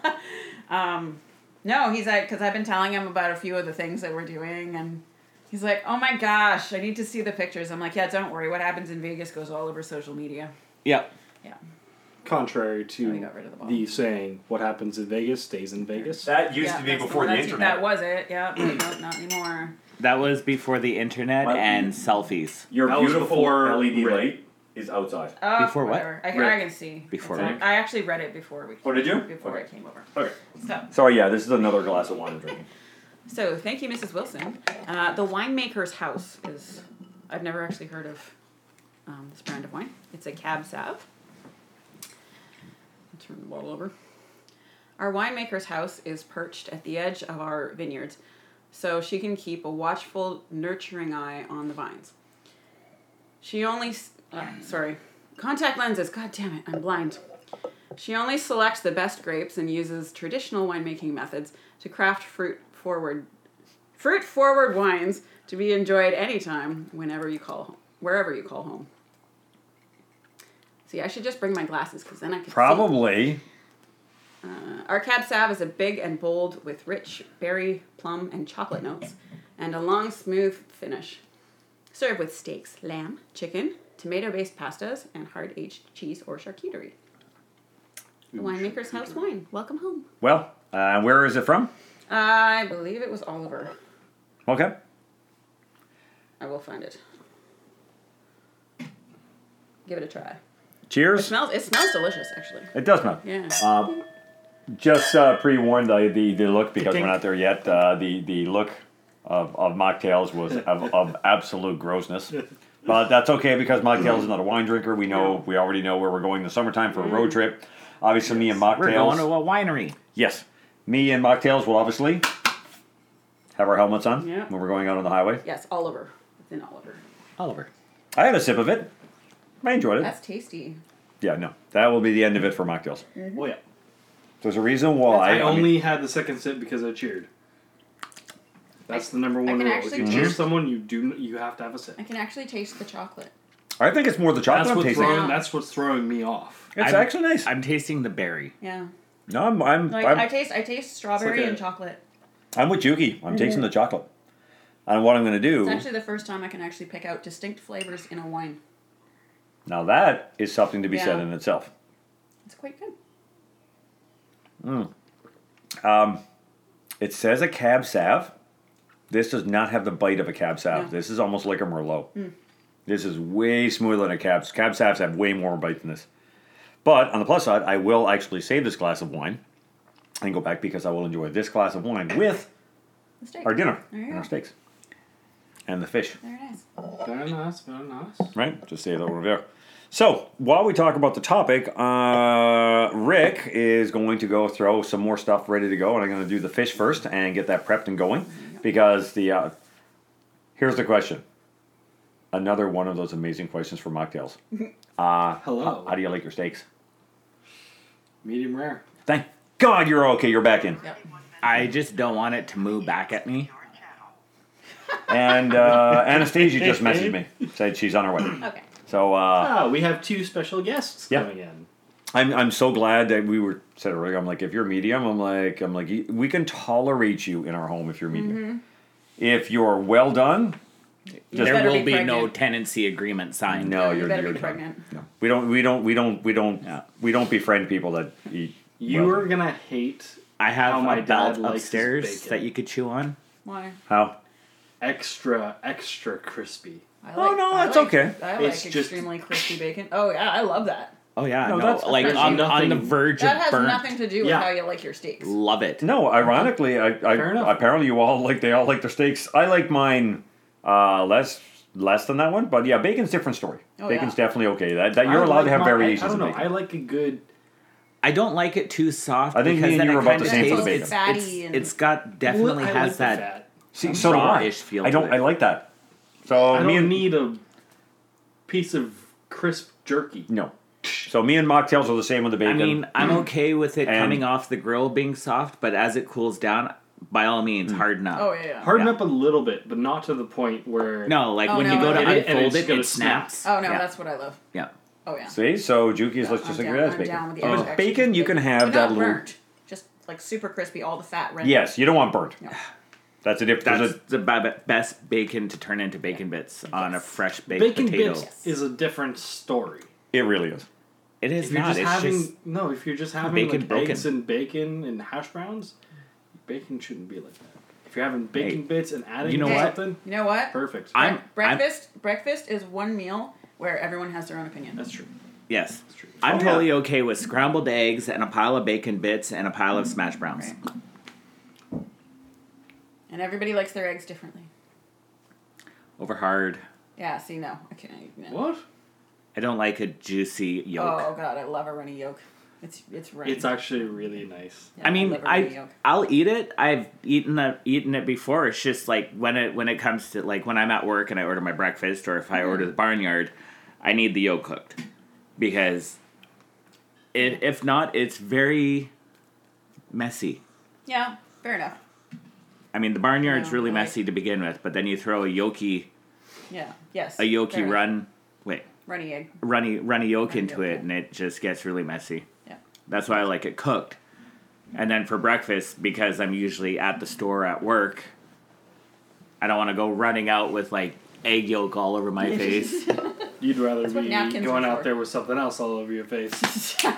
[SPEAKER 3] um, no, he's like, because I've been telling him about a few of the things that we're doing, and he's like, oh my gosh, I need to see the pictures. I'm like, yeah, don't worry. What happens in Vegas goes all over social media.
[SPEAKER 2] Yep.
[SPEAKER 3] Yeah.
[SPEAKER 4] Contrary
[SPEAKER 3] we
[SPEAKER 4] to
[SPEAKER 3] got rid of the bottle.
[SPEAKER 4] the saying, "What happens in Vegas stays in Vegas."
[SPEAKER 1] that used
[SPEAKER 3] Yeah,
[SPEAKER 1] to be
[SPEAKER 3] that's-
[SPEAKER 1] before the
[SPEAKER 3] that's-
[SPEAKER 1] internet.
[SPEAKER 3] That was it, yeah. but no, not anymore.
[SPEAKER 2] That was before the internet
[SPEAKER 5] My-
[SPEAKER 2] and selfies.
[SPEAKER 5] Your
[SPEAKER 4] That was
[SPEAKER 5] beautiful
[SPEAKER 4] before
[SPEAKER 1] E
[SPEAKER 5] LED
[SPEAKER 4] Ray.
[SPEAKER 5] light is outside.
[SPEAKER 3] Oh,
[SPEAKER 2] Before what?
[SPEAKER 3] whatever. I, can, I
[SPEAKER 4] Rick.
[SPEAKER 3] can see.
[SPEAKER 2] Before
[SPEAKER 3] It's on-
[SPEAKER 2] Rick.
[SPEAKER 3] I actually read it before we.
[SPEAKER 5] Oh, did you?
[SPEAKER 3] Before
[SPEAKER 5] Okay.
[SPEAKER 3] I came over.
[SPEAKER 5] Okay.
[SPEAKER 3] So,
[SPEAKER 5] Sorry, yeah, this is another glass of wine I'm drinking.
[SPEAKER 3] so thank you, Mrs. Wilson. Uh, the winemaker's house is. I've never actually heard of um, this brand of wine. It's a Cab Sav. I'll turn the bottle over. Our winemaker's house is perched at the edge of our vineyards, so she can keep a watchful, nurturing eye on the vines. She only. s- Uh, sorry. Contact lenses. God damn it, I'm blind. She only selects the best grapes and uses traditional winemaking methods to craft fruit forward fruit forward wines to be enjoyed anytime, whenever you call home, wherever you call home. See, I should just bring my glasses because then I can see.
[SPEAKER 1] Probably.
[SPEAKER 3] Uh, our cab sav is a big and bold with rich berry, plum, and chocolate notes, and a long, smooth finish. Serve with steaks, lamb, chicken, tomato-based pastas, and hard-aged cheese or charcuterie. The winemaker's house wine. Welcome home.
[SPEAKER 1] Well, uh, where is it from?
[SPEAKER 3] I believe it was Oliver.
[SPEAKER 1] Okay.
[SPEAKER 3] I will find it. Give it a try. It
[SPEAKER 1] Cheers.
[SPEAKER 3] smells. It smells delicious, actually.
[SPEAKER 1] It does smell.
[SPEAKER 3] Yeah.
[SPEAKER 1] Um, just uh, pre-warned the, the the look because we're
[SPEAKER 4] Dink.
[SPEAKER 1] not there yet. Uh, the the look of, of mocktails was of, of absolute grossness, but that's okay because mocktails is not a wine drinker. We know we already know where we're going in the summertime for a road trip. Obviously, me and mocktails.
[SPEAKER 2] We're going to a winery.
[SPEAKER 1] yes, me and mocktails will obviously have our helmets on
[SPEAKER 3] Yeah.
[SPEAKER 1] when we're going out on the highway.
[SPEAKER 3] Yes, Oliver. It's in Oliver.
[SPEAKER 2] Oliver.
[SPEAKER 1] I had a sip of it. I enjoyed it.
[SPEAKER 3] That's tasty.
[SPEAKER 1] yeah, no, that will be the end of it for mocktails.
[SPEAKER 4] Oh yeah.
[SPEAKER 1] There's a reason why.
[SPEAKER 4] I,
[SPEAKER 1] I mean-
[SPEAKER 4] only had the second sip because I cheered. That's the number
[SPEAKER 3] I
[SPEAKER 4] one
[SPEAKER 3] can
[SPEAKER 4] rule. If
[SPEAKER 3] actually
[SPEAKER 4] you
[SPEAKER 3] taste-
[SPEAKER 4] cheer someone, you do you have to have a sip.
[SPEAKER 3] I can actually taste the chocolate.
[SPEAKER 1] I think it's more the chocolate
[SPEAKER 4] That's
[SPEAKER 1] I'm
[SPEAKER 4] what's
[SPEAKER 1] tasting.
[SPEAKER 4] throwing. That's what's throwing me off.
[SPEAKER 1] It's
[SPEAKER 2] I'm-
[SPEAKER 1] actually nice.
[SPEAKER 2] I'm tasting the berry.
[SPEAKER 3] Yeah.
[SPEAKER 1] No, I'm I'm
[SPEAKER 3] Like
[SPEAKER 1] I'm,
[SPEAKER 3] I taste, I taste strawberry
[SPEAKER 4] a-
[SPEAKER 3] and chocolate.
[SPEAKER 1] I'm with Yuki. I'm tasting the chocolate. And what I'm gonna do
[SPEAKER 3] Mm-hmm. It's actually the first time I can actually pick out distinct flavors in a wine.
[SPEAKER 1] now that is something to be said
[SPEAKER 3] Yeah.
[SPEAKER 1] in itself.
[SPEAKER 3] It's quite good.
[SPEAKER 1] It says a cab sav. This does not have the bite of a cab sav.
[SPEAKER 3] No. Mm.
[SPEAKER 1] This is almost like a merlot. This is way smoother than a cab. Cab savs have way more bite than this. But on the plus side, I will actually save this glass of wine and go back because I will enjoy this glass of wine with
[SPEAKER 3] The steak.
[SPEAKER 1] our dinner
[SPEAKER 3] There you
[SPEAKER 1] and our
[SPEAKER 3] go.
[SPEAKER 1] steaks and the fish.
[SPEAKER 3] Very nice.
[SPEAKER 4] Very nice. Very nice.
[SPEAKER 1] Right? Just say that over there. So, while we talk about the topic, uh, Rick is going to go throw some more stuff ready to go, and I'm going to do the fish first and get that prepped and going. Because the uh, here's the question another one of those amazing questions for mocktails.
[SPEAKER 4] Hello.
[SPEAKER 1] ah, How do you like your steaks?
[SPEAKER 4] Medium rare.
[SPEAKER 1] Thank God you're okay, you're back in.
[SPEAKER 3] Yep.
[SPEAKER 2] I just don't want it to move back at me.
[SPEAKER 1] And uh, Anastasia just messaged me, said she's on her way.
[SPEAKER 3] Okay.
[SPEAKER 1] So, uh,
[SPEAKER 4] Ah, we have two special guests
[SPEAKER 1] Yeah.
[SPEAKER 4] coming in.
[SPEAKER 1] I'm I'm so glad that we were said earlier. I'm like, if you're medium, I'm like, I'm like, y- we can tolerate you in our home if you're medium.
[SPEAKER 4] Mm-hmm.
[SPEAKER 1] If you're well done,
[SPEAKER 3] You
[SPEAKER 2] there
[SPEAKER 3] better
[SPEAKER 2] will be, no
[SPEAKER 3] pregnant.
[SPEAKER 2] tenancy agreement signed.
[SPEAKER 1] no,
[SPEAKER 3] You
[SPEAKER 1] oh, you're
[SPEAKER 3] better
[SPEAKER 1] you're
[SPEAKER 3] be
[SPEAKER 1] done.
[SPEAKER 3] pregnant.
[SPEAKER 1] No, we don't, we don't, we don't, we don't,
[SPEAKER 2] Yeah.
[SPEAKER 1] we don't befriend people that eat.
[SPEAKER 4] You
[SPEAKER 1] well.
[SPEAKER 4] are gonna hate
[SPEAKER 2] I have
[SPEAKER 4] How
[SPEAKER 2] a
[SPEAKER 4] my dad
[SPEAKER 2] belt
[SPEAKER 4] likes his
[SPEAKER 2] upstairs
[SPEAKER 4] bacon.
[SPEAKER 2] that you could chew on.
[SPEAKER 3] Why?
[SPEAKER 1] how?
[SPEAKER 4] extra, extra crispy.
[SPEAKER 3] I
[SPEAKER 1] Oh, no,
[SPEAKER 3] I
[SPEAKER 1] that's
[SPEAKER 3] like-
[SPEAKER 1] okay.
[SPEAKER 3] I like
[SPEAKER 4] It's just-
[SPEAKER 3] extremely crispy bacon. Oh yeah, I love that.
[SPEAKER 2] Oh yeah,
[SPEAKER 1] No,
[SPEAKER 2] no,
[SPEAKER 1] that's-
[SPEAKER 2] like
[SPEAKER 4] there's
[SPEAKER 2] on, on the
[SPEAKER 4] nothing-
[SPEAKER 2] verge
[SPEAKER 3] That
[SPEAKER 2] of
[SPEAKER 3] has
[SPEAKER 2] burnt.
[SPEAKER 3] nothing to do with
[SPEAKER 4] Yeah.
[SPEAKER 3] how you like your steaks.
[SPEAKER 2] Love it.
[SPEAKER 1] No, ironically, I,
[SPEAKER 4] Fair
[SPEAKER 1] I
[SPEAKER 4] enough.
[SPEAKER 1] apparently you all like they all like their steaks. I like mine uh, less less than that one, but yeah, bacon's different story.
[SPEAKER 3] Oh,
[SPEAKER 1] bacon's
[SPEAKER 3] yeah.
[SPEAKER 1] definitely okay. That, that you're
[SPEAKER 4] I
[SPEAKER 1] allowed
[SPEAKER 4] like
[SPEAKER 1] to have
[SPEAKER 4] my-
[SPEAKER 1] variations.
[SPEAKER 4] I, I don't
[SPEAKER 1] in
[SPEAKER 4] know.
[SPEAKER 1] bacon.
[SPEAKER 4] I like a good.
[SPEAKER 2] I don't like it too soft.
[SPEAKER 1] I think me
[SPEAKER 2] because
[SPEAKER 1] and
[SPEAKER 2] then
[SPEAKER 1] you
[SPEAKER 2] it
[SPEAKER 1] were about
[SPEAKER 2] kinda
[SPEAKER 1] the same for the
[SPEAKER 2] tastes-
[SPEAKER 1] bacon.
[SPEAKER 2] It's,
[SPEAKER 3] Fatty and-
[SPEAKER 2] it's got definitely
[SPEAKER 4] I like
[SPEAKER 2] has
[SPEAKER 4] the
[SPEAKER 2] that.
[SPEAKER 4] fat.
[SPEAKER 1] See, so do I.
[SPEAKER 2] raw-ish feel
[SPEAKER 1] I
[SPEAKER 2] to
[SPEAKER 1] don't.
[SPEAKER 2] it.
[SPEAKER 1] I like that. So
[SPEAKER 4] I
[SPEAKER 1] Oh, me
[SPEAKER 4] don't
[SPEAKER 1] and
[SPEAKER 4] need a piece of crisp jerky.
[SPEAKER 1] no. So me and mocktails are the same with the
[SPEAKER 2] I
[SPEAKER 1] bacon. Mm.
[SPEAKER 2] mean, I'm okay with it
[SPEAKER 1] And-
[SPEAKER 2] coming off the grill being soft, but as it cools down, by all means,
[SPEAKER 1] Mm.
[SPEAKER 2] harden up.
[SPEAKER 3] Oh yeah. yeah.
[SPEAKER 4] Harden
[SPEAKER 2] Yeah.
[SPEAKER 4] up a little bit, but not to the point where
[SPEAKER 2] No, like
[SPEAKER 3] Oh,
[SPEAKER 2] when
[SPEAKER 3] no,
[SPEAKER 2] you go to
[SPEAKER 3] it-
[SPEAKER 4] it-
[SPEAKER 2] unfold
[SPEAKER 4] it's
[SPEAKER 2] it,
[SPEAKER 4] gonna
[SPEAKER 2] it snaps.
[SPEAKER 3] Oh no,
[SPEAKER 2] yeah.
[SPEAKER 3] that's what I love.
[SPEAKER 2] yeah.
[SPEAKER 3] Oh yeah.
[SPEAKER 1] see, so Juki is let's
[SPEAKER 3] I'm
[SPEAKER 1] just
[SPEAKER 3] down-
[SPEAKER 1] agree that's
[SPEAKER 3] I'm
[SPEAKER 1] bacon.
[SPEAKER 3] down with the
[SPEAKER 1] But
[SPEAKER 3] extra extra
[SPEAKER 1] bacon, you can
[SPEAKER 3] bacon.
[SPEAKER 1] have
[SPEAKER 3] But
[SPEAKER 1] that
[SPEAKER 3] not
[SPEAKER 1] little.
[SPEAKER 3] burnt. Just like super crispy, all the fat right.
[SPEAKER 1] Yes, you don't want burnt.
[SPEAKER 3] No.
[SPEAKER 1] That's a difference.
[SPEAKER 2] That's the ba- best bacon to turn into bacon bits on a fresh baked
[SPEAKER 4] bacon
[SPEAKER 2] potato.
[SPEAKER 4] bits is a different story.
[SPEAKER 1] it really is.
[SPEAKER 2] It is
[SPEAKER 4] If you're
[SPEAKER 2] not.
[SPEAKER 4] just
[SPEAKER 2] it's
[SPEAKER 4] having
[SPEAKER 2] just
[SPEAKER 4] no, if you're just having
[SPEAKER 2] bacon
[SPEAKER 4] like
[SPEAKER 2] broken.
[SPEAKER 4] eggs and bacon and hash browns, bacon shouldn't be like that. If you're having baking bits and adding
[SPEAKER 2] you know
[SPEAKER 4] to
[SPEAKER 2] what?
[SPEAKER 4] something,
[SPEAKER 3] You know what?
[SPEAKER 4] perfect.
[SPEAKER 2] I'm
[SPEAKER 3] breakfast breakfast is one meal where everyone has their own opinion.
[SPEAKER 4] That's true.
[SPEAKER 2] Yes.
[SPEAKER 4] That's true.
[SPEAKER 2] I'm
[SPEAKER 1] Oh, yeah.
[SPEAKER 2] totally okay with scrambled eggs and a pile of bacon bits and a pile of smash browns.
[SPEAKER 3] Mm-hmm. Right. And everybody likes their eggs differently.
[SPEAKER 2] Over hard.
[SPEAKER 3] Yeah, see, no. I can't. No.
[SPEAKER 4] What?
[SPEAKER 2] I don't like a juicy yolk.
[SPEAKER 3] Oh, God, I love a runny yolk. It's it's runny.
[SPEAKER 4] It's actually really nice.
[SPEAKER 3] Yeah,
[SPEAKER 2] I mean,
[SPEAKER 3] love a runny
[SPEAKER 2] I
[SPEAKER 3] yolk.
[SPEAKER 2] I'll eat it. I've eaten that eaten it before. It's just like when it when it comes to like when I'm at work and I order my breakfast or if I order
[SPEAKER 3] Mm-hmm.
[SPEAKER 2] the barnyard, I need the yolk cooked because it, if not, it's very messy.
[SPEAKER 3] Yeah, fair enough.
[SPEAKER 2] I mean, the barnyard's
[SPEAKER 3] Yeah,
[SPEAKER 2] really
[SPEAKER 3] I like-
[SPEAKER 2] messy to begin with, but then you throw a yolky
[SPEAKER 3] Yeah. Yes.
[SPEAKER 2] a yolky
[SPEAKER 3] fair enough.
[SPEAKER 2] run. Wait,
[SPEAKER 3] Runny egg.
[SPEAKER 2] runny runny yolk
[SPEAKER 3] Runny
[SPEAKER 2] into
[SPEAKER 3] yolk,
[SPEAKER 2] it,
[SPEAKER 3] yeah.
[SPEAKER 2] and it just gets really messy.
[SPEAKER 3] Yeah.
[SPEAKER 2] That's why I like it cooked. And then for breakfast, because I'm usually at the store at work, I don't want to go running out with like egg yolk all over my face.
[SPEAKER 4] You'd rather
[SPEAKER 3] That's what
[SPEAKER 4] be
[SPEAKER 3] napkins
[SPEAKER 4] going
[SPEAKER 3] are
[SPEAKER 4] out
[SPEAKER 3] for.
[SPEAKER 4] there with something else all over your face.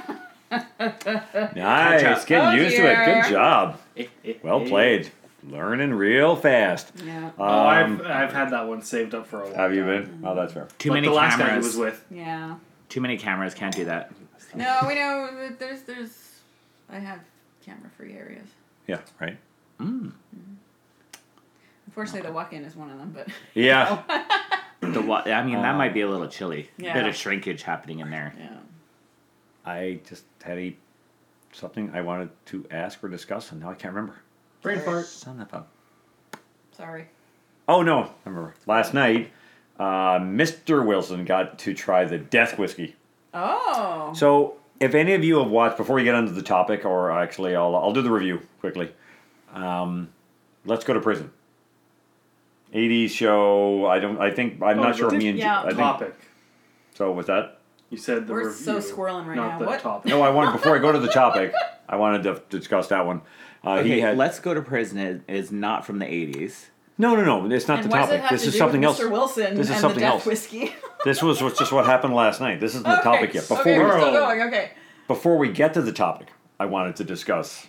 [SPEAKER 1] Nice,
[SPEAKER 2] Ketchup.
[SPEAKER 1] getting
[SPEAKER 3] Oh,
[SPEAKER 1] used to it.
[SPEAKER 3] dear.
[SPEAKER 1] Good job. Well
[SPEAKER 4] Hey.
[SPEAKER 1] played. Learning real fast.
[SPEAKER 3] Yeah.
[SPEAKER 1] Um,
[SPEAKER 4] Oh, I've, I've had that one saved up for a while.
[SPEAKER 1] have you been? Oh, that's fair.
[SPEAKER 2] Too
[SPEAKER 4] Like
[SPEAKER 2] many
[SPEAKER 4] the last guy he
[SPEAKER 2] cameras.
[SPEAKER 4] was with.
[SPEAKER 3] Yeah.
[SPEAKER 2] Too many cameras can't do that.
[SPEAKER 3] No, we know that there's there's. I have camera-free areas.
[SPEAKER 1] Yeah, right.
[SPEAKER 3] Unfortunately, the walk-in is one of them, but
[SPEAKER 1] Yeah.
[SPEAKER 3] Oh.
[SPEAKER 2] The wa- I mean,
[SPEAKER 1] Oh.
[SPEAKER 2] that might be a little chilly. Bit
[SPEAKER 3] Yeah.
[SPEAKER 2] of shrinkage happening in there.
[SPEAKER 3] yeah.
[SPEAKER 1] I just had a something I wanted to ask or discuss, and now I can't remember.
[SPEAKER 4] Brain fart.
[SPEAKER 1] Son of a.
[SPEAKER 3] Sorry.
[SPEAKER 1] Oh no, I remember. Last night, uh, Mr. Wilson got to try the death whiskey.
[SPEAKER 3] Oh.
[SPEAKER 1] So, if any of you have watched, before we get onto the topic, or actually, I'll I'll do the review quickly. Um, let's go to prison. 80s show. I don't. I think I'm
[SPEAKER 4] Oh,
[SPEAKER 1] not sure.
[SPEAKER 4] the-
[SPEAKER 1] Me and
[SPEAKER 3] yeah.
[SPEAKER 1] I think,
[SPEAKER 4] Topic.
[SPEAKER 1] So was that?
[SPEAKER 4] You said the
[SPEAKER 3] We're so
[SPEAKER 4] review,
[SPEAKER 3] squirreling right
[SPEAKER 4] not
[SPEAKER 3] now.
[SPEAKER 4] The
[SPEAKER 3] What?
[SPEAKER 4] Topic.
[SPEAKER 1] No, I wanted before I go to the topic. I wanted to discuss that one. Uh, he
[SPEAKER 2] Okay,
[SPEAKER 1] had,
[SPEAKER 2] let's go to prison. It is not from the 80s.
[SPEAKER 1] No, no, no. It's not
[SPEAKER 3] and
[SPEAKER 1] the
[SPEAKER 3] what
[SPEAKER 1] topic.
[SPEAKER 3] does it have
[SPEAKER 1] this
[SPEAKER 3] to
[SPEAKER 1] is
[SPEAKER 3] do
[SPEAKER 1] something
[SPEAKER 3] with
[SPEAKER 1] else.
[SPEAKER 3] Mr. Wilson
[SPEAKER 1] This is
[SPEAKER 3] and
[SPEAKER 1] something
[SPEAKER 3] the death
[SPEAKER 1] else.
[SPEAKER 3] whiskey.
[SPEAKER 1] This was, was just what happened last night. This isn't the topic yet. Before
[SPEAKER 3] okay,
[SPEAKER 1] we,
[SPEAKER 3] we're still
[SPEAKER 4] Bro.
[SPEAKER 3] going. Okay.
[SPEAKER 1] before we get to the topic, I wanted to discuss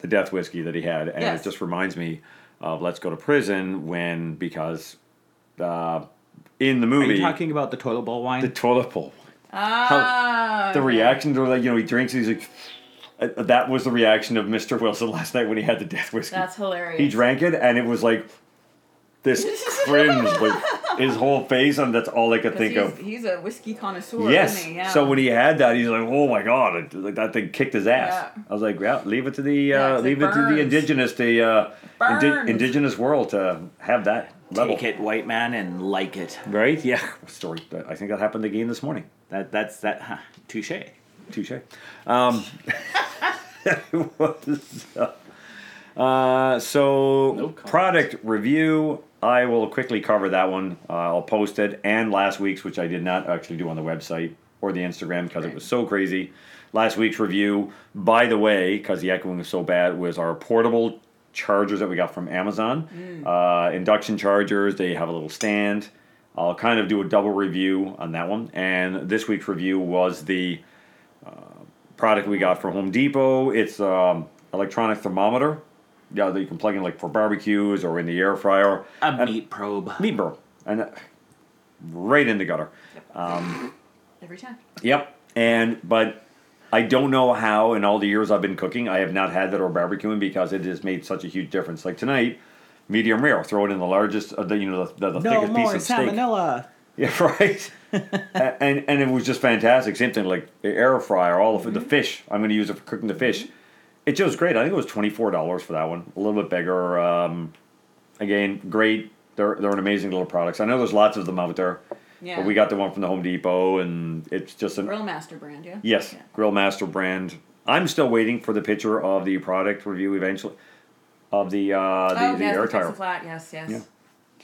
[SPEAKER 1] the death whiskey that he had, and
[SPEAKER 3] Yes.
[SPEAKER 1] it just reminds me of Let's Go to Prison when because uh, in the
[SPEAKER 2] Are
[SPEAKER 1] movie
[SPEAKER 2] you talking about the toilet bowl wine?
[SPEAKER 1] the toilet bowl,
[SPEAKER 3] Ah.
[SPEAKER 1] the
[SPEAKER 3] okay.
[SPEAKER 1] reaction to like you know he drinks, he's like. uh, That was the reaction of Mr. Wilson last night when he had the death whiskey.
[SPEAKER 3] That's hilarious.
[SPEAKER 1] he drank it and it was like this cringe like his whole face and that's all i could
[SPEAKER 3] 'Cause
[SPEAKER 1] think
[SPEAKER 3] he's,
[SPEAKER 1] of
[SPEAKER 3] He's a whiskey connoisseur,
[SPEAKER 1] yes
[SPEAKER 3] isn't he? Yeah.
[SPEAKER 1] so when he had that he's like oh my god it- like that thing kicked his ass
[SPEAKER 3] Yeah.
[SPEAKER 1] i was like yeah leave it to the uh,
[SPEAKER 3] Yeah, 'cause it
[SPEAKER 1] leave it, to the
[SPEAKER 3] burns.
[SPEAKER 1] indigenous the uh, indi-
[SPEAKER 3] burns.
[SPEAKER 1] indigenous world to have that level
[SPEAKER 2] Take it, white man, and like it.
[SPEAKER 1] right yeah story That- i think that happened again this morning
[SPEAKER 2] That that's that. Huh, touche.
[SPEAKER 1] touche um what is up? Uh, so
[SPEAKER 4] No comment.
[SPEAKER 1] product review i will quickly cover that one uh, i'll post it and last week's which i did not actually do on the website or the instagram because it was so crazy last week's review by the way because the echoing was so bad was our portable chargers that we got from amazon uh, induction chargers they have a little stand i'll kind of do a double review on that one and this week's review was the product we got from Home Depot. It's um, electronic thermometer. Yeah, that you can plug in like for barbecues or in the air fryer.
[SPEAKER 2] A meat probe.
[SPEAKER 1] Meat burn. and uh, right in the gutter. um,
[SPEAKER 3] Every time.
[SPEAKER 1] Yep. And but I don't know how in all the years I've been cooking, I have not had that or barbecuing because it has made such a huge difference. Like tonight, medium rare. Throw it in the largest, uh, the, you know, the, the, the thickest piece of steak. Yeah, right. A- and and it was just fantastic. Same thing like the air fryer, all of the
[SPEAKER 3] Mm-hmm.
[SPEAKER 1] fish. I'm going to use it for cooking the fish. It was great. I think it was twenty four dollars for that one. A little bit bigger. Um, again, great. They're they're an amazing little products. I know there's lots of them out there,
[SPEAKER 3] Yeah.
[SPEAKER 1] but we got the one from the Home Depot, and it's just an
[SPEAKER 3] Grill Master brand, yeah.
[SPEAKER 1] yes,
[SPEAKER 3] Yeah.
[SPEAKER 1] Grill Master brand. I'm still waiting for the picture of the product review eventually of the uh, the,
[SPEAKER 3] oh
[SPEAKER 1] the air
[SPEAKER 3] yes, the fix
[SPEAKER 1] tire.
[SPEAKER 3] the flat. Yes, yes.
[SPEAKER 1] Yeah.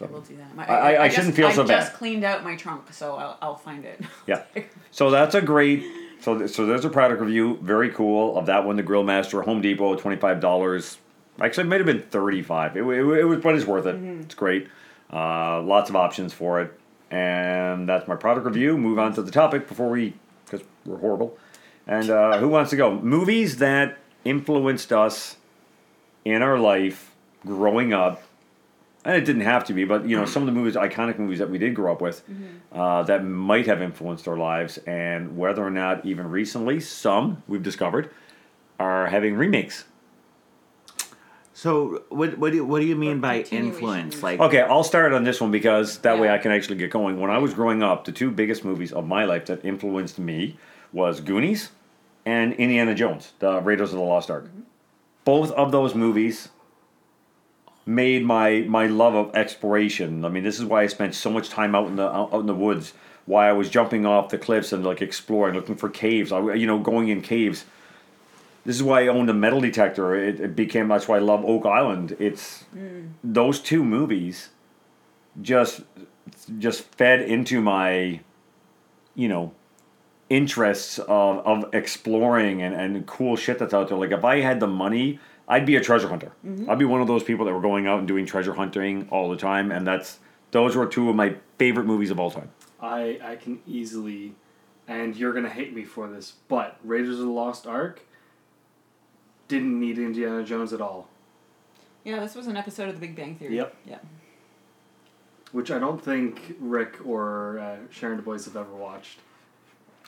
[SPEAKER 3] I will do that. My-
[SPEAKER 1] I- I- I
[SPEAKER 3] just-
[SPEAKER 1] shouldn't feel so
[SPEAKER 3] I just
[SPEAKER 1] bad.
[SPEAKER 3] cleaned out my trunk, so I'll, I'll find it.
[SPEAKER 1] Yeah. So that's a great. So th- so there's a product review, very cool of that one. The Grill Master, Home Depot, twenty five dollars. Actually, it might have been thirty five. It, wa- it, wa- it was, but it's worth it. It's great. Uh, lots of options for it, and that's my product review. Move on to the topic before we, because we're horrible. And uh, who wants to go? Movies that influenced us in our life growing up, and it didn't have to be, but you know, some of the movies, iconic movies that we did grow up with, uh, that might have influenced our lives, and whether or not even recently, some we've discovered are having remakes.
[SPEAKER 2] So what what do, what do you mean by
[SPEAKER 3] continuations.
[SPEAKER 2] influence? Like
[SPEAKER 1] Okay, I'll start on this one because that way
[SPEAKER 3] Yeah.
[SPEAKER 1] I can actually get going. When I was growing up, the two biggest movies of my life that influenced me was Goonies and Indiana Jones, the Raiders of the Lost Ark. Both of those movies made my my love of exploration. I mean, this is why I spent so much time out in the out out in the woods. Why I was jumping off the cliffs and like exploring, looking for caves. I w- you know going in caves. This is why I owned a metal detector. It, it became that's why I love Oak Island. It's those two movies just just fed into my you know interests of, of exploring and, and cool shit that's out there like if i had the money i'd be a treasure hunter i'd be one of those people that were going out and doing treasure hunting all the time and that's those were two of my favorite movies of all time
[SPEAKER 4] I I can easily, and you're gonna hate me for this, but Raiders of the Lost Ark didn't need Indiana Jones at all,
[SPEAKER 3] Yeah, this was an episode of The Big Bang Theory.
[SPEAKER 4] Yep.
[SPEAKER 3] Yeah.
[SPEAKER 4] which I don't think Rick or uh, Sharon Du Bois have ever watched.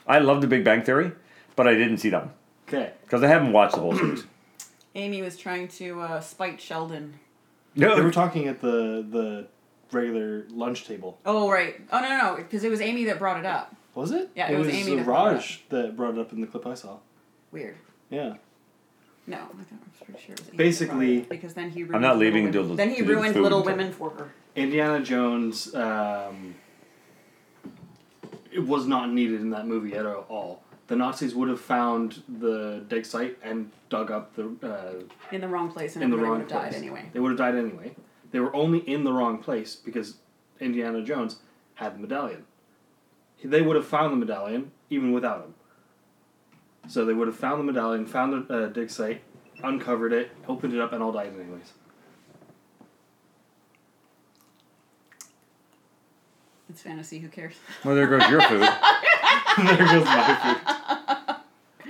[SPEAKER 1] i love the big bang theory but i didn't see that one
[SPEAKER 4] Okay,
[SPEAKER 1] because i haven't watched the whole series
[SPEAKER 3] Amy was trying to uh, spite Sheldon.
[SPEAKER 1] no
[SPEAKER 4] they were talking at the the regular lunch table.
[SPEAKER 3] Oh right. Oh no no, because it was Amy that brought it up.
[SPEAKER 4] Was it?
[SPEAKER 3] Yeah, it was Amy that brought it
[SPEAKER 4] Raj that brought it up in the clip I saw.
[SPEAKER 3] Weird.
[SPEAKER 4] Yeah.
[SPEAKER 3] No, I thought- I'm pretty sure it was Amy that
[SPEAKER 4] Basically-
[SPEAKER 3] brought it up, because then he. Ruined
[SPEAKER 1] I'm not leaving until
[SPEAKER 3] Little Women.
[SPEAKER 1] the-
[SPEAKER 3] Then he
[SPEAKER 1] to do the
[SPEAKER 3] ruined
[SPEAKER 1] food
[SPEAKER 3] Little
[SPEAKER 1] and stuff.
[SPEAKER 3] Women for her.
[SPEAKER 4] Indiana Jones um, it was not needed in that movie at all. The Nazis would have found the dig site and dug up the uh,
[SPEAKER 3] in the wrong place and
[SPEAKER 4] in the
[SPEAKER 3] everybody
[SPEAKER 4] wrong
[SPEAKER 3] would have
[SPEAKER 4] place.
[SPEAKER 3] died anyway.
[SPEAKER 4] They would have died anyway. They were only in the wrong place because Indiana Jones had the medallion. They would have found the medallion even without him. So they would have found the medallion, found the uh, dig site, uncovered it, opened it up, and all died anyways.
[SPEAKER 3] It's fantasy. Who cares?
[SPEAKER 1] well there goes your food
[SPEAKER 4] there goes my food.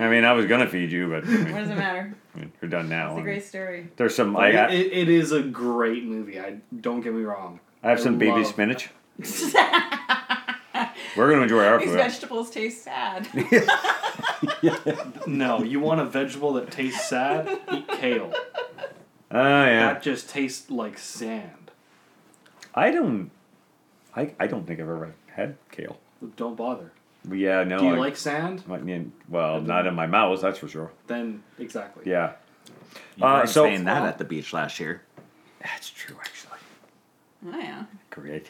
[SPEAKER 1] i mean i was gonna feed you but I
[SPEAKER 3] What
[SPEAKER 1] mean,
[SPEAKER 3] does it matter?
[SPEAKER 1] you're done now
[SPEAKER 3] It's a
[SPEAKER 1] I mean,
[SPEAKER 3] great story.
[SPEAKER 1] there's some
[SPEAKER 4] Like,
[SPEAKER 1] I, got,
[SPEAKER 4] it, it is a great movie. I don't get me wrong.
[SPEAKER 1] I have some baby
[SPEAKER 4] love-
[SPEAKER 1] spinach. We're gonna enjoy our
[SPEAKER 3] These
[SPEAKER 1] food.
[SPEAKER 3] vegetables taste sad.
[SPEAKER 4] No, you want a vegetable that tastes sad? Eat kale.
[SPEAKER 1] Oh yeah.
[SPEAKER 4] That just tastes like sand.
[SPEAKER 1] I don't. I, I don't think I've ever had kale.
[SPEAKER 4] Don't bother.
[SPEAKER 1] Yeah, no.
[SPEAKER 4] Do you
[SPEAKER 1] I-
[SPEAKER 4] like sand?
[SPEAKER 1] I mean, well, not in my mouth, that's for sure.
[SPEAKER 4] Then exactly.
[SPEAKER 1] Yeah,
[SPEAKER 2] you
[SPEAKER 1] Uh,
[SPEAKER 2] weren't
[SPEAKER 1] so-
[SPEAKER 2] saying that at the beach last year.
[SPEAKER 1] that's true actually.
[SPEAKER 3] oh yeah.
[SPEAKER 1] Great.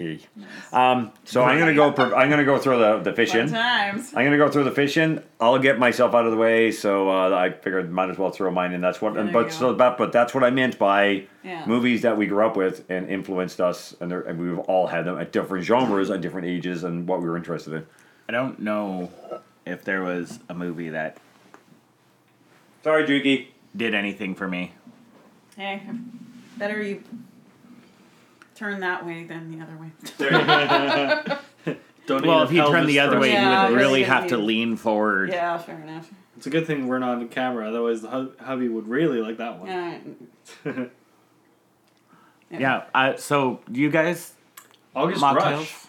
[SPEAKER 1] Um, so I'm gonna go. Per, I'm gonna go throw the the fish
[SPEAKER 3] Fun
[SPEAKER 1] in.
[SPEAKER 3] times.
[SPEAKER 1] I'm gonna go throw the fish in. I'll get myself out of the way, so uh, I figured might as well throw mine in. That's what,
[SPEAKER 3] There you
[SPEAKER 1] but so
[SPEAKER 3] go.
[SPEAKER 1] but, but that's what I meant by
[SPEAKER 3] Yeah.
[SPEAKER 1] movies that we grew up with and influenced us, and, there, and we've all had them at different genres and different ages and what we were interested in.
[SPEAKER 2] I don't know if there was a movie that
[SPEAKER 1] Sorry, Juki.
[SPEAKER 2] did anything for me.
[SPEAKER 3] Hey, better you turn that way than the other way.
[SPEAKER 4] Don't
[SPEAKER 2] Well,
[SPEAKER 4] eat
[SPEAKER 2] if he
[SPEAKER 4] an
[SPEAKER 2] turned the
[SPEAKER 4] Elvis
[SPEAKER 2] other way,
[SPEAKER 4] first.
[SPEAKER 3] Yeah,
[SPEAKER 2] he would
[SPEAKER 3] that's
[SPEAKER 2] really
[SPEAKER 3] good
[SPEAKER 2] have to
[SPEAKER 3] view.
[SPEAKER 2] lean forward.
[SPEAKER 3] yeah, fair enough.
[SPEAKER 4] It's a good thing we're not on camera. Otherwise, the hu- hubby would really like that one.
[SPEAKER 3] Yeah.
[SPEAKER 2] Yeah. I, so you guys,
[SPEAKER 4] August Rush.
[SPEAKER 2] mocktails.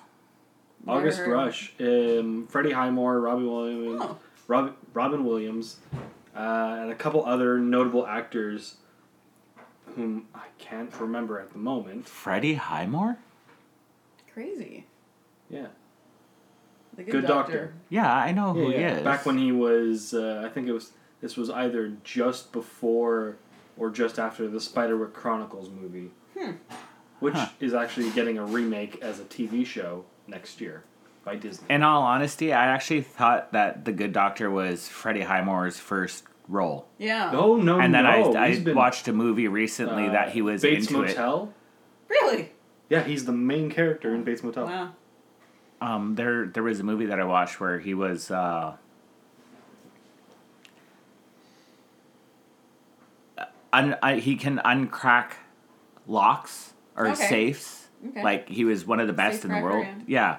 [SPEAKER 4] August
[SPEAKER 3] Never heard
[SPEAKER 4] Rush. Um, Freddie Highmore, Robbie Williams,
[SPEAKER 3] Oh.
[SPEAKER 4] Rob, Robin Williams, uh, and a couple other notable actors whom I can't remember at the moment.
[SPEAKER 2] Freddie Highmore.
[SPEAKER 3] Crazy.
[SPEAKER 4] Yeah.
[SPEAKER 3] The good,
[SPEAKER 4] Good
[SPEAKER 3] doctor.
[SPEAKER 4] Doctor.
[SPEAKER 2] Yeah, I know who
[SPEAKER 4] Yeah,
[SPEAKER 2] he
[SPEAKER 4] yeah.
[SPEAKER 2] is.
[SPEAKER 4] Back when he was, uh, I think it was, this was either just before or just after the Spiderwick Chronicles movie. Which
[SPEAKER 2] Huh.
[SPEAKER 4] is actually getting a remake as a TV show next year by Disney.
[SPEAKER 2] In all honesty, I actually thought that The Good Doctor was Freddie Highmore's first role.
[SPEAKER 3] Yeah.
[SPEAKER 4] Oh, no,
[SPEAKER 2] and then
[SPEAKER 4] no.
[SPEAKER 2] I, I
[SPEAKER 4] he's been,
[SPEAKER 2] watched a movie recently
[SPEAKER 4] uh,
[SPEAKER 2] that he was
[SPEAKER 4] Bates
[SPEAKER 2] into it.
[SPEAKER 4] Motel.
[SPEAKER 3] Really?
[SPEAKER 4] Yeah, he's the main character in Bates Motel.
[SPEAKER 3] Wow.
[SPEAKER 2] Um, there there was a movie that I watched where he was. Uh, un, I, he can uncrack locks or
[SPEAKER 3] Okay.
[SPEAKER 2] safes.
[SPEAKER 3] Okay.
[SPEAKER 2] Like he was one of the best in the
[SPEAKER 3] Safecracker,
[SPEAKER 2] world.
[SPEAKER 3] yeah.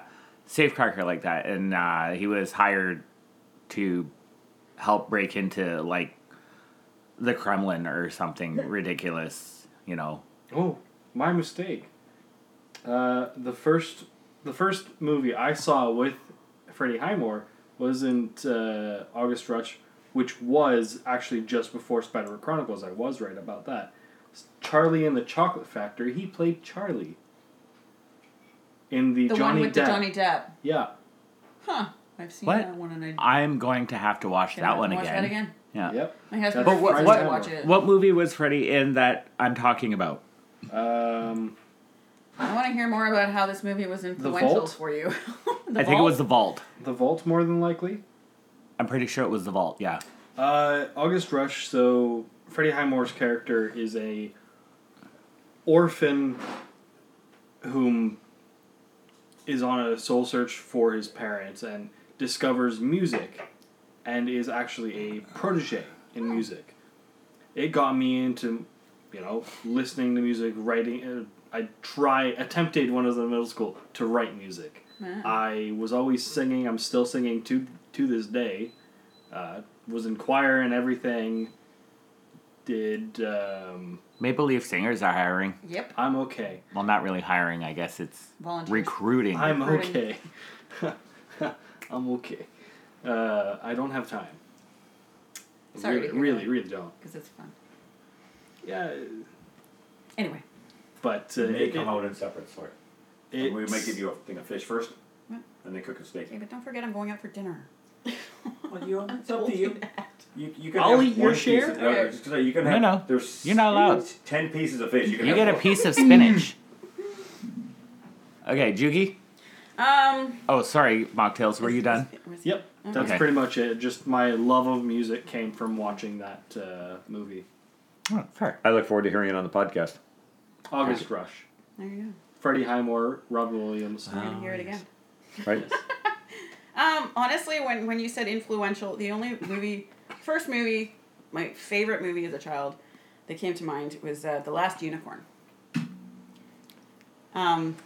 [SPEAKER 2] Yeah, safecracker like that, and uh, he was hired to help break into like the Kremlin or something ridiculous. You know,
[SPEAKER 4] Oh, my mistake. Uh, the first, the first movie I saw with Freddie Highmore wasn't uh, August Rush, which was actually just before Spider-Man Chronicles. I was right about that. Charlie in the Chocolate Factory. He played Charlie. In the,
[SPEAKER 3] The
[SPEAKER 4] Johnny
[SPEAKER 3] one with
[SPEAKER 4] Depp.
[SPEAKER 3] the Johnny Depp.
[SPEAKER 4] Yeah.
[SPEAKER 3] Huh. I've seen
[SPEAKER 2] What?
[SPEAKER 3] that one and I
[SPEAKER 2] I'm going to have to watch that one
[SPEAKER 3] watch
[SPEAKER 2] again.
[SPEAKER 3] that again.
[SPEAKER 2] Yeah.
[SPEAKER 4] Yep.
[SPEAKER 3] My husband
[SPEAKER 4] But what-
[SPEAKER 3] refuses
[SPEAKER 4] what-
[SPEAKER 3] to watch it.
[SPEAKER 2] What movie was Freddy in that I'm talking about?
[SPEAKER 4] Um,
[SPEAKER 3] I want to hear more about how this movie was influential
[SPEAKER 4] Vault?
[SPEAKER 3] for you.
[SPEAKER 2] I think it was The Vault.
[SPEAKER 4] the Vault, more than likely.
[SPEAKER 2] I'm pretty sure it was The Vault. Yeah.
[SPEAKER 4] Uh, August Rush. So Freddie Highmore's character is a orphan whom is on a soul search for his parents and discovers music and is actually a protege in music. It got me into, you know, listening to music, writing. Uh, I try attempted when I was in middle school to write music. I was always singing. I'm still singing to to this day. Uh, was in choir and everything. Did um,
[SPEAKER 2] Maple Leaf Singers are hiring.
[SPEAKER 3] Yep.
[SPEAKER 4] I'm okay.
[SPEAKER 2] Well, not really hiring. I guess it's
[SPEAKER 3] Volunteers.
[SPEAKER 2] recruiting.
[SPEAKER 4] I'm
[SPEAKER 3] Recruiting.
[SPEAKER 4] okay. I'm okay. Uh, I don't have time. I
[SPEAKER 3] Sorry to
[SPEAKER 4] Really,
[SPEAKER 3] hear
[SPEAKER 4] really,
[SPEAKER 3] that.
[SPEAKER 4] really don't.
[SPEAKER 3] Because it's fun.
[SPEAKER 4] Yeah,
[SPEAKER 3] Anyway.
[SPEAKER 4] but uh,
[SPEAKER 5] They
[SPEAKER 4] it,
[SPEAKER 5] come out in separate, sorry.
[SPEAKER 4] it,
[SPEAKER 5] we might give you a thing of fish first,
[SPEAKER 3] Yeah.
[SPEAKER 5] and they cook a steak.
[SPEAKER 3] David, don't forget I'm going out for dinner.
[SPEAKER 5] Well, you, it's up
[SPEAKER 3] Told
[SPEAKER 5] to
[SPEAKER 3] you
[SPEAKER 5] you.
[SPEAKER 3] that.
[SPEAKER 5] You, you can
[SPEAKER 4] I'll
[SPEAKER 5] have
[SPEAKER 4] eat your
[SPEAKER 5] one piece
[SPEAKER 4] share.
[SPEAKER 5] of- uh, just 'cause you can
[SPEAKER 2] No,
[SPEAKER 5] have,
[SPEAKER 2] no.
[SPEAKER 5] There's
[SPEAKER 2] You're not allowed.
[SPEAKER 5] Ten pieces of fish. You, can
[SPEAKER 2] You
[SPEAKER 5] have
[SPEAKER 2] get a
[SPEAKER 5] four.
[SPEAKER 2] piece of spinach. okay, Jugi.
[SPEAKER 3] Um.
[SPEAKER 2] Oh, sorry, mocktails. Were you done?
[SPEAKER 3] was-
[SPEAKER 4] Yep, that's
[SPEAKER 2] Okay.
[SPEAKER 4] pretty much it. Just my love of music came from watching that uh, movie,
[SPEAKER 2] Oh, fair.
[SPEAKER 1] I look forward to hearing it on the podcast.
[SPEAKER 4] August Rush.
[SPEAKER 3] There you go.
[SPEAKER 4] Freddie Highmore, Robin Williams.
[SPEAKER 3] You're gonna hear
[SPEAKER 2] Oh,
[SPEAKER 3] it again.
[SPEAKER 1] Right?
[SPEAKER 3] Um, honestly, when, when you said influential, the only movie, first movie, my favorite movie as a child that came to mind was uh, The Last Unicorn. Um,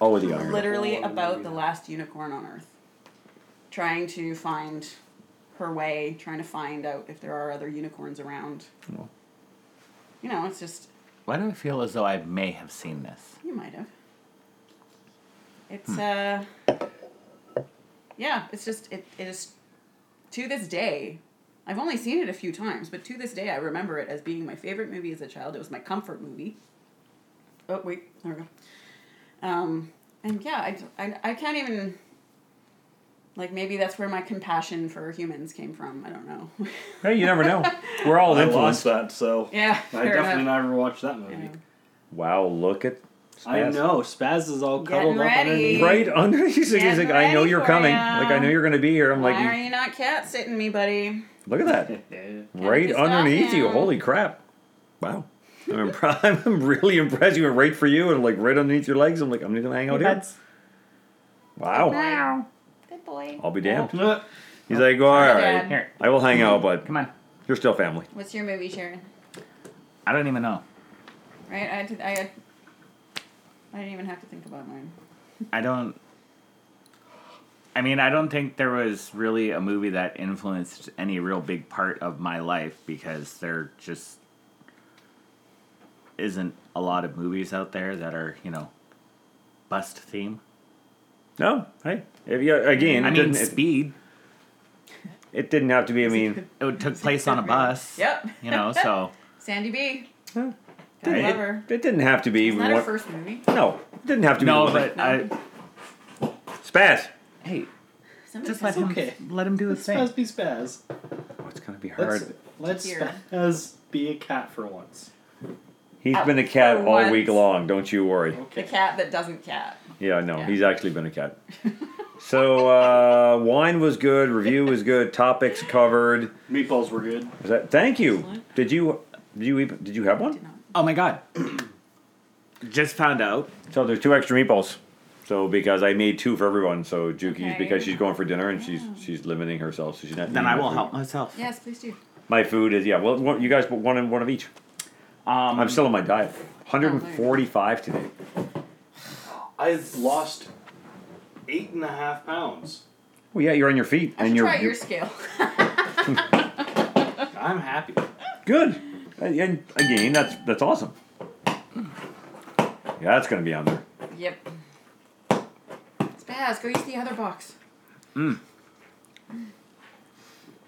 [SPEAKER 1] Oh, the other.
[SPEAKER 3] literally
[SPEAKER 4] Oh, I
[SPEAKER 3] about
[SPEAKER 4] remember
[SPEAKER 3] the
[SPEAKER 4] that.
[SPEAKER 3] last unicorn on Earth. Trying to find her way, trying to find out if there are other unicorns around.
[SPEAKER 1] Oh.
[SPEAKER 3] You know, it's just,
[SPEAKER 2] Why do I feel as though I may have seen this?
[SPEAKER 3] you might have. It's, uh, yeah, it's just, it, it is, to this day, I've only seen it a few times, but to this day, I remember it as being my favorite movie as a child. It was my comfort movie. Oh, wait, there we go. Um, and yeah, I, d- I, I can't even, like, maybe that's where my compassion for humans came from. I don't know.
[SPEAKER 1] Hey, you never know. We're all
[SPEAKER 4] I
[SPEAKER 1] influenced.
[SPEAKER 4] lost that, so
[SPEAKER 3] yeah,
[SPEAKER 4] I
[SPEAKER 3] fair
[SPEAKER 4] definitely
[SPEAKER 3] enough.
[SPEAKER 4] never watched that movie.
[SPEAKER 3] Yeah.
[SPEAKER 1] Wow, look at.
[SPEAKER 4] I
[SPEAKER 1] Spaz.
[SPEAKER 4] know. Spaz is all
[SPEAKER 3] Getting
[SPEAKER 4] cuddled up
[SPEAKER 3] ready.
[SPEAKER 4] underneath.
[SPEAKER 1] Right under you. He's
[SPEAKER 3] Getting
[SPEAKER 1] like, I know
[SPEAKER 3] ready
[SPEAKER 1] you're
[SPEAKER 3] for
[SPEAKER 1] coming.
[SPEAKER 3] ya.
[SPEAKER 1] Like, I know you're going to be here. I'm
[SPEAKER 3] Why
[SPEAKER 1] like,
[SPEAKER 3] are you not cat sitting me, buddy?
[SPEAKER 1] look at that.
[SPEAKER 4] Yeah.
[SPEAKER 1] Right
[SPEAKER 3] Just off
[SPEAKER 1] underneath you.
[SPEAKER 3] now.
[SPEAKER 1] Holy crap. Wow. I'm, impre- I'm really impressed. You were right for you and like right underneath your legs. I'm like, I'm just going to hang out here. Wow.
[SPEAKER 3] Wow. Good boy.
[SPEAKER 1] I'll be damned.
[SPEAKER 4] Uh,
[SPEAKER 1] He's like, all
[SPEAKER 3] Dad.
[SPEAKER 1] right.
[SPEAKER 2] Here,
[SPEAKER 1] I will hang out, but
[SPEAKER 2] come on.
[SPEAKER 1] you're still family.
[SPEAKER 3] What's your movie, Sharon?
[SPEAKER 2] I don't even know.
[SPEAKER 3] Right? I, had to- I, had- I didn't even have to think about mine.
[SPEAKER 2] I don't. I mean, I don't think there was really a movie that influenced any real big part of my life because there just isn't a lot of movies out there that are, you know, bust theme.
[SPEAKER 1] No, hey. If you, again,
[SPEAKER 2] I
[SPEAKER 1] it,
[SPEAKER 2] mean,
[SPEAKER 1] didn't, it,
[SPEAKER 2] Speed.
[SPEAKER 1] it didn't have to be. I mean,
[SPEAKER 2] It took place on a bus.
[SPEAKER 3] Yep.
[SPEAKER 2] You know, so
[SPEAKER 3] Sandy B.
[SPEAKER 1] Yeah.
[SPEAKER 3] God
[SPEAKER 1] it,
[SPEAKER 3] love her.
[SPEAKER 1] it didn't have to be
[SPEAKER 3] It's
[SPEAKER 1] even
[SPEAKER 3] not her
[SPEAKER 1] one.
[SPEAKER 3] first movie.
[SPEAKER 1] No, it didn't have to be.
[SPEAKER 2] no,
[SPEAKER 1] one.
[SPEAKER 2] but I
[SPEAKER 1] Spaz.
[SPEAKER 2] hey,
[SPEAKER 3] Somebody
[SPEAKER 2] just let
[SPEAKER 3] says-
[SPEAKER 2] him
[SPEAKER 4] okay.
[SPEAKER 2] let him do his thing.
[SPEAKER 4] Spaz be Spaz.
[SPEAKER 1] Oh, it's gonna be
[SPEAKER 4] Let's,
[SPEAKER 1] hard.
[SPEAKER 4] let's
[SPEAKER 3] Here.
[SPEAKER 4] Spaz be a cat for once.
[SPEAKER 1] He's been a cat
[SPEAKER 3] for
[SPEAKER 1] all
[SPEAKER 3] once.
[SPEAKER 1] week long. Don't you worry.
[SPEAKER 3] The
[SPEAKER 4] Okay.
[SPEAKER 3] cat that doesn't cat.
[SPEAKER 1] Yeah, no,
[SPEAKER 3] Yeah.
[SPEAKER 1] he's actually been a cat. so uh, wine was good. Review was good. Topics covered.
[SPEAKER 4] Meatballs were good.
[SPEAKER 1] Was that? Thank you.
[SPEAKER 3] Excellent.
[SPEAKER 1] Did you? Did you? eat- Did you have
[SPEAKER 3] You
[SPEAKER 1] one?
[SPEAKER 3] know.
[SPEAKER 2] Oh my god! just found out
[SPEAKER 1] So there's two extra meatballs. So because I made two for everyone. So Juki's
[SPEAKER 3] Okay. Oh.
[SPEAKER 1] because she's going for dinner and she's she's limiting herself. So she's not.
[SPEAKER 2] Then
[SPEAKER 1] eating
[SPEAKER 2] I
[SPEAKER 1] my
[SPEAKER 2] will
[SPEAKER 1] food.
[SPEAKER 2] help myself.
[SPEAKER 3] Yes, please do.
[SPEAKER 1] My food is yeah. Well, one- you guys put one and one of each.
[SPEAKER 2] Um,
[SPEAKER 1] I'm still on my diet.
[SPEAKER 3] Oh,
[SPEAKER 1] 145 today.
[SPEAKER 4] I've lost eight and a half pounds.
[SPEAKER 1] Well, yeah, you're on your feet
[SPEAKER 3] I
[SPEAKER 1] and
[SPEAKER 3] should
[SPEAKER 1] you're,
[SPEAKER 3] try your
[SPEAKER 1] you're
[SPEAKER 3] scale.
[SPEAKER 4] I'm happy.
[SPEAKER 1] good. And, and again, that's that's awesome. Yeah, that's gonna be on there.
[SPEAKER 3] Yep. Spaz, go use the other box.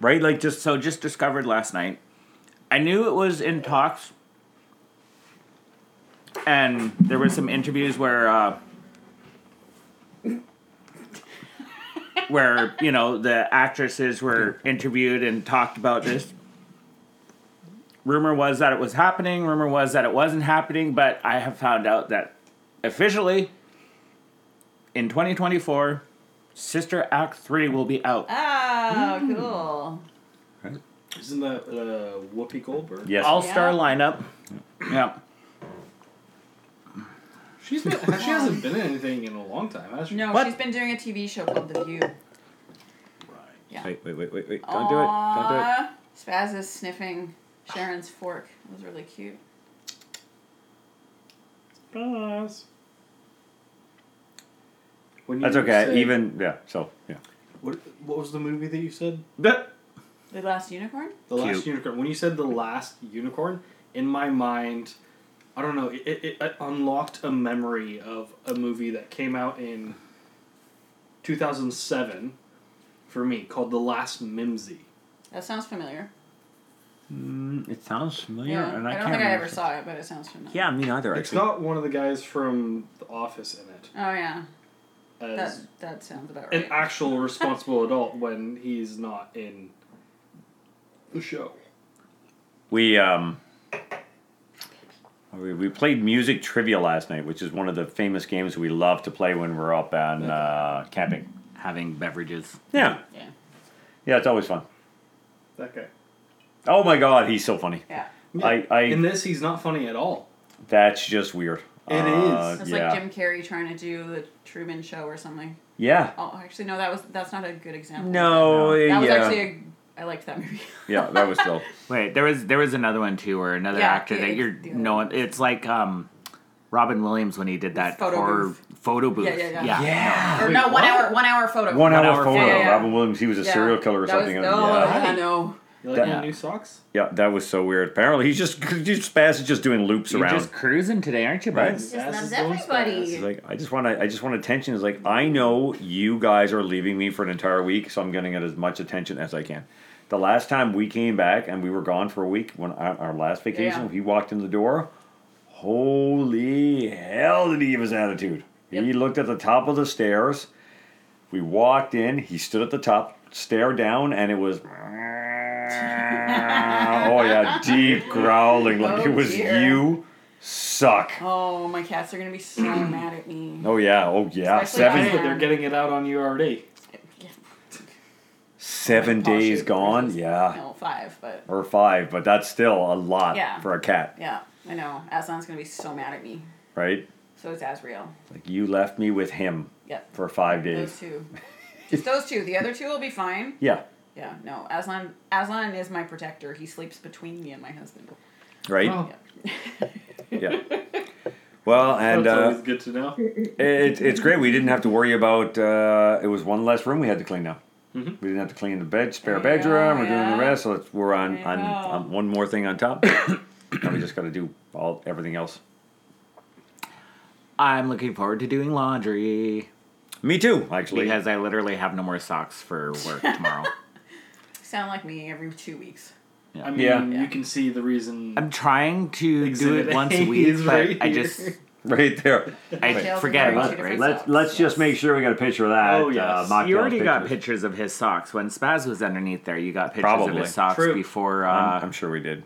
[SPEAKER 1] Right? Like just
[SPEAKER 2] So just discovered last night. I knew it was in talks, and there were some interviews where, uh, where you know the actresses were interviewed and talked about this. Rumor was that it was happening. Rumor was that it wasn't happening. But I have found out that officially, in 2024, Sister Act Three will be out.
[SPEAKER 3] Oh, cool.
[SPEAKER 4] Isn't that uh, Whoopi Goldberg?
[SPEAKER 1] Yes.
[SPEAKER 2] All star
[SPEAKER 3] Yeah.
[SPEAKER 2] lineup. Yeah.
[SPEAKER 4] She's been, she hasn't been in anything in a long time, has she?
[SPEAKER 3] No,
[SPEAKER 2] What?
[SPEAKER 3] she's been doing a TV show called The View.
[SPEAKER 1] wait, wait, wait, wait, wait. Don't do it. Don't do it.
[SPEAKER 3] Aw, Spaz is sniffing Sharon's fork. It was really cute.
[SPEAKER 4] Pass. When
[SPEAKER 1] That's
[SPEAKER 3] Mm,
[SPEAKER 4] you
[SPEAKER 1] okay.
[SPEAKER 4] said-
[SPEAKER 1] Even yeah, so yeah.
[SPEAKER 4] What, what was the movie that you said?
[SPEAKER 3] The Last Unicorn?
[SPEAKER 4] The last
[SPEAKER 2] Cute.
[SPEAKER 4] unicorn. When you said the last unicorn, in my mind, I don't know. It, it, it unlocked a memory of a movie that came out in 2007 for me called The Last Mimsy.
[SPEAKER 3] That sounds familiar.
[SPEAKER 2] It sounds familiar,
[SPEAKER 3] Yeah. I, don't think I ever saw it, but it sounds familiar.
[SPEAKER 2] Yeah, me neither.
[SPEAKER 4] It's got one of the guys from The Office in it
[SPEAKER 3] Oh, yeah. That,
[SPEAKER 4] as
[SPEAKER 3] that sounds about
[SPEAKER 4] an
[SPEAKER 3] right.
[SPEAKER 4] actual responsible adult when he's not in the show.
[SPEAKER 1] We um we, we played music trivia last night, which is one of the famous games we love to play when we're up on uh, camping.
[SPEAKER 2] Having beverages.
[SPEAKER 1] Yeah.
[SPEAKER 3] yeah.
[SPEAKER 1] Yeah, it's always fun.
[SPEAKER 4] That guy.
[SPEAKER 1] Oh my god, he's so funny.
[SPEAKER 3] Yeah.
[SPEAKER 1] I, I
[SPEAKER 4] in this, he's not funny at all.
[SPEAKER 1] that's just weird.
[SPEAKER 4] It
[SPEAKER 1] Uh,
[SPEAKER 4] is.
[SPEAKER 3] That's
[SPEAKER 1] yeah.
[SPEAKER 3] like Jim Carrey trying to do the Truman Show or something.
[SPEAKER 1] yeah.
[SPEAKER 3] Oh, actually, no, that was that's not a good example.
[SPEAKER 1] No,
[SPEAKER 3] that was
[SPEAKER 1] yeah.
[SPEAKER 3] actually a, I liked that movie.
[SPEAKER 1] yeah, that was still.
[SPEAKER 2] Wait, there was there was another one too, where another
[SPEAKER 3] Yeah,
[SPEAKER 2] actor
[SPEAKER 3] the-
[SPEAKER 2] that you're
[SPEAKER 3] the other
[SPEAKER 2] no
[SPEAKER 3] one.
[SPEAKER 2] one. It's like um, Robin Williams when he did that
[SPEAKER 3] Photo
[SPEAKER 2] horror
[SPEAKER 3] booth.
[SPEAKER 2] photo booth.
[SPEAKER 3] Yeah, yeah, yeah.
[SPEAKER 1] Yeah.
[SPEAKER 3] or
[SPEAKER 4] Wait,
[SPEAKER 3] no, one
[SPEAKER 4] what?
[SPEAKER 3] hour, one hour photo.
[SPEAKER 1] One hour,
[SPEAKER 2] hour
[SPEAKER 1] photo.
[SPEAKER 2] photo.
[SPEAKER 3] Yeah, yeah.
[SPEAKER 1] Robin Williams. He was a
[SPEAKER 3] Yeah.
[SPEAKER 1] serial killer or
[SPEAKER 3] That
[SPEAKER 1] something.
[SPEAKER 3] Was,
[SPEAKER 1] yeah.
[SPEAKER 3] oh,
[SPEAKER 4] Yeah.
[SPEAKER 3] I know.
[SPEAKER 4] You like
[SPEAKER 1] That-
[SPEAKER 4] my new socks?
[SPEAKER 1] Yeah, that was so weird. Apparently, he's just just Spaz is just doing loops
[SPEAKER 2] You're
[SPEAKER 1] around.
[SPEAKER 2] just cruising today, aren't you,
[SPEAKER 1] Right.
[SPEAKER 2] bud?
[SPEAKER 4] Just
[SPEAKER 3] loves everybody.
[SPEAKER 1] It's like I just want to, I just want attention. It's like I know you guys are leaving me for an entire week, so I'm going to get as much attention as I can. The last time we came back and we were gone for a week, when our, our last vacation,
[SPEAKER 3] Yeah.
[SPEAKER 1] he walked in the door. Holy hell! Did he give his attitude? He
[SPEAKER 3] Yep.
[SPEAKER 1] looked at the top of the stairs. We walked in. He stood at the top, stared down, and it was. oh yeah, deep growling like
[SPEAKER 3] Oh,
[SPEAKER 1] it was
[SPEAKER 3] dear.
[SPEAKER 1] you suck.
[SPEAKER 3] Oh, my cats are gonna be so mad at me.
[SPEAKER 1] Oh yeah, oh yeah.
[SPEAKER 3] Especially
[SPEAKER 1] Seven
[SPEAKER 4] Hey, they're getting it out on you already.
[SPEAKER 1] seven
[SPEAKER 3] Paw
[SPEAKER 1] days
[SPEAKER 3] shape
[SPEAKER 1] gone,
[SPEAKER 3] versus-
[SPEAKER 1] yeah.
[SPEAKER 3] No, five, but
[SPEAKER 1] Or five, but that's still a lot
[SPEAKER 3] Yeah.
[SPEAKER 1] for a cat,
[SPEAKER 3] yeah, I know. Aslan's gonna be so mad at me.
[SPEAKER 1] right?
[SPEAKER 3] So is Asriel.
[SPEAKER 1] Like you left me with him
[SPEAKER 3] Yep.
[SPEAKER 1] for five days.
[SPEAKER 3] Those two. Just those two. The other two will be fine.
[SPEAKER 1] Yeah,
[SPEAKER 3] Yeah, no. Aslan Aslan is my protector. He sleeps between me and my husband.
[SPEAKER 1] right?
[SPEAKER 4] Oh,
[SPEAKER 1] Yeah. Well, and
[SPEAKER 4] that's
[SPEAKER 1] uh,
[SPEAKER 4] always good to know.
[SPEAKER 1] it, it's great. We didn't have to worry about. Uh, it was one less room we had to clean now. We didn't have to clean the bed, spare
[SPEAKER 3] There you
[SPEAKER 1] bedroom. We're
[SPEAKER 3] go,
[SPEAKER 1] doing
[SPEAKER 3] yeah.
[SPEAKER 1] the rest, so it's, we're on,
[SPEAKER 3] There you
[SPEAKER 1] on,
[SPEAKER 3] go.
[SPEAKER 1] on one more thing on top. and we just got to do all everything else.
[SPEAKER 2] I'm looking forward to doing laundry
[SPEAKER 1] Me too, actually.
[SPEAKER 2] because I literally have no more socks for work tomorrow.
[SPEAKER 3] Sound like me every two weeks.
[SPEAKER 4] I mean,
[SPEAKER 1] Yeah.
[SPEAKER 4] you can see the reason.
[SPEAKER 2] I'm trying to
[SPEAKER 4] Exhibit
[SPEAKER 2] do it once
[SPEAKER 4] A
[SPEAKER 2] a week,
[SPEAKER 4] is
[SPEAKER 2] but
[SPEAKER 4] right
[SPEAKER 2] I
[SPEAKER 4] here.
[SPEAKER 2] just
[SPEAKER 1] right there.
[SPEAKER 2] I
[SPEAKER 3] Tails
[SPEAKER 2] forget
[SPEAKER 3] are
[SPEAKER 2] about
[SPEAKER 3] two
[SPEAKER 2] it.
[SPEAKER 3] different
[SPEAKER 2] Right?
[SPEAKER 1] Let's
[SPEAKER 3] socks,
[SPEAKER 1] let's just
[SPEAKER 3] yes.
[SPEAKER 1] make sure we got a picture of that.
[SPEAKER 4] Oh, yes.
[SPEAKER 1] uh, mock
[SPEAKER 2] You
[SPEAKER 1] down
[SPEAKER 2] already got
[SPEAKER 1] pictures.
[SPEAKER 2] pictures of his socks. When Spaz was underneath there, you got pictures of
[SPEAKER 1] Probably.
[SPEAKER 2] his socks
[SPEAKER 4] True.
[SPEAKER 2] before. Uh,
[SPEAKER 1] I'm, I'm sure we did.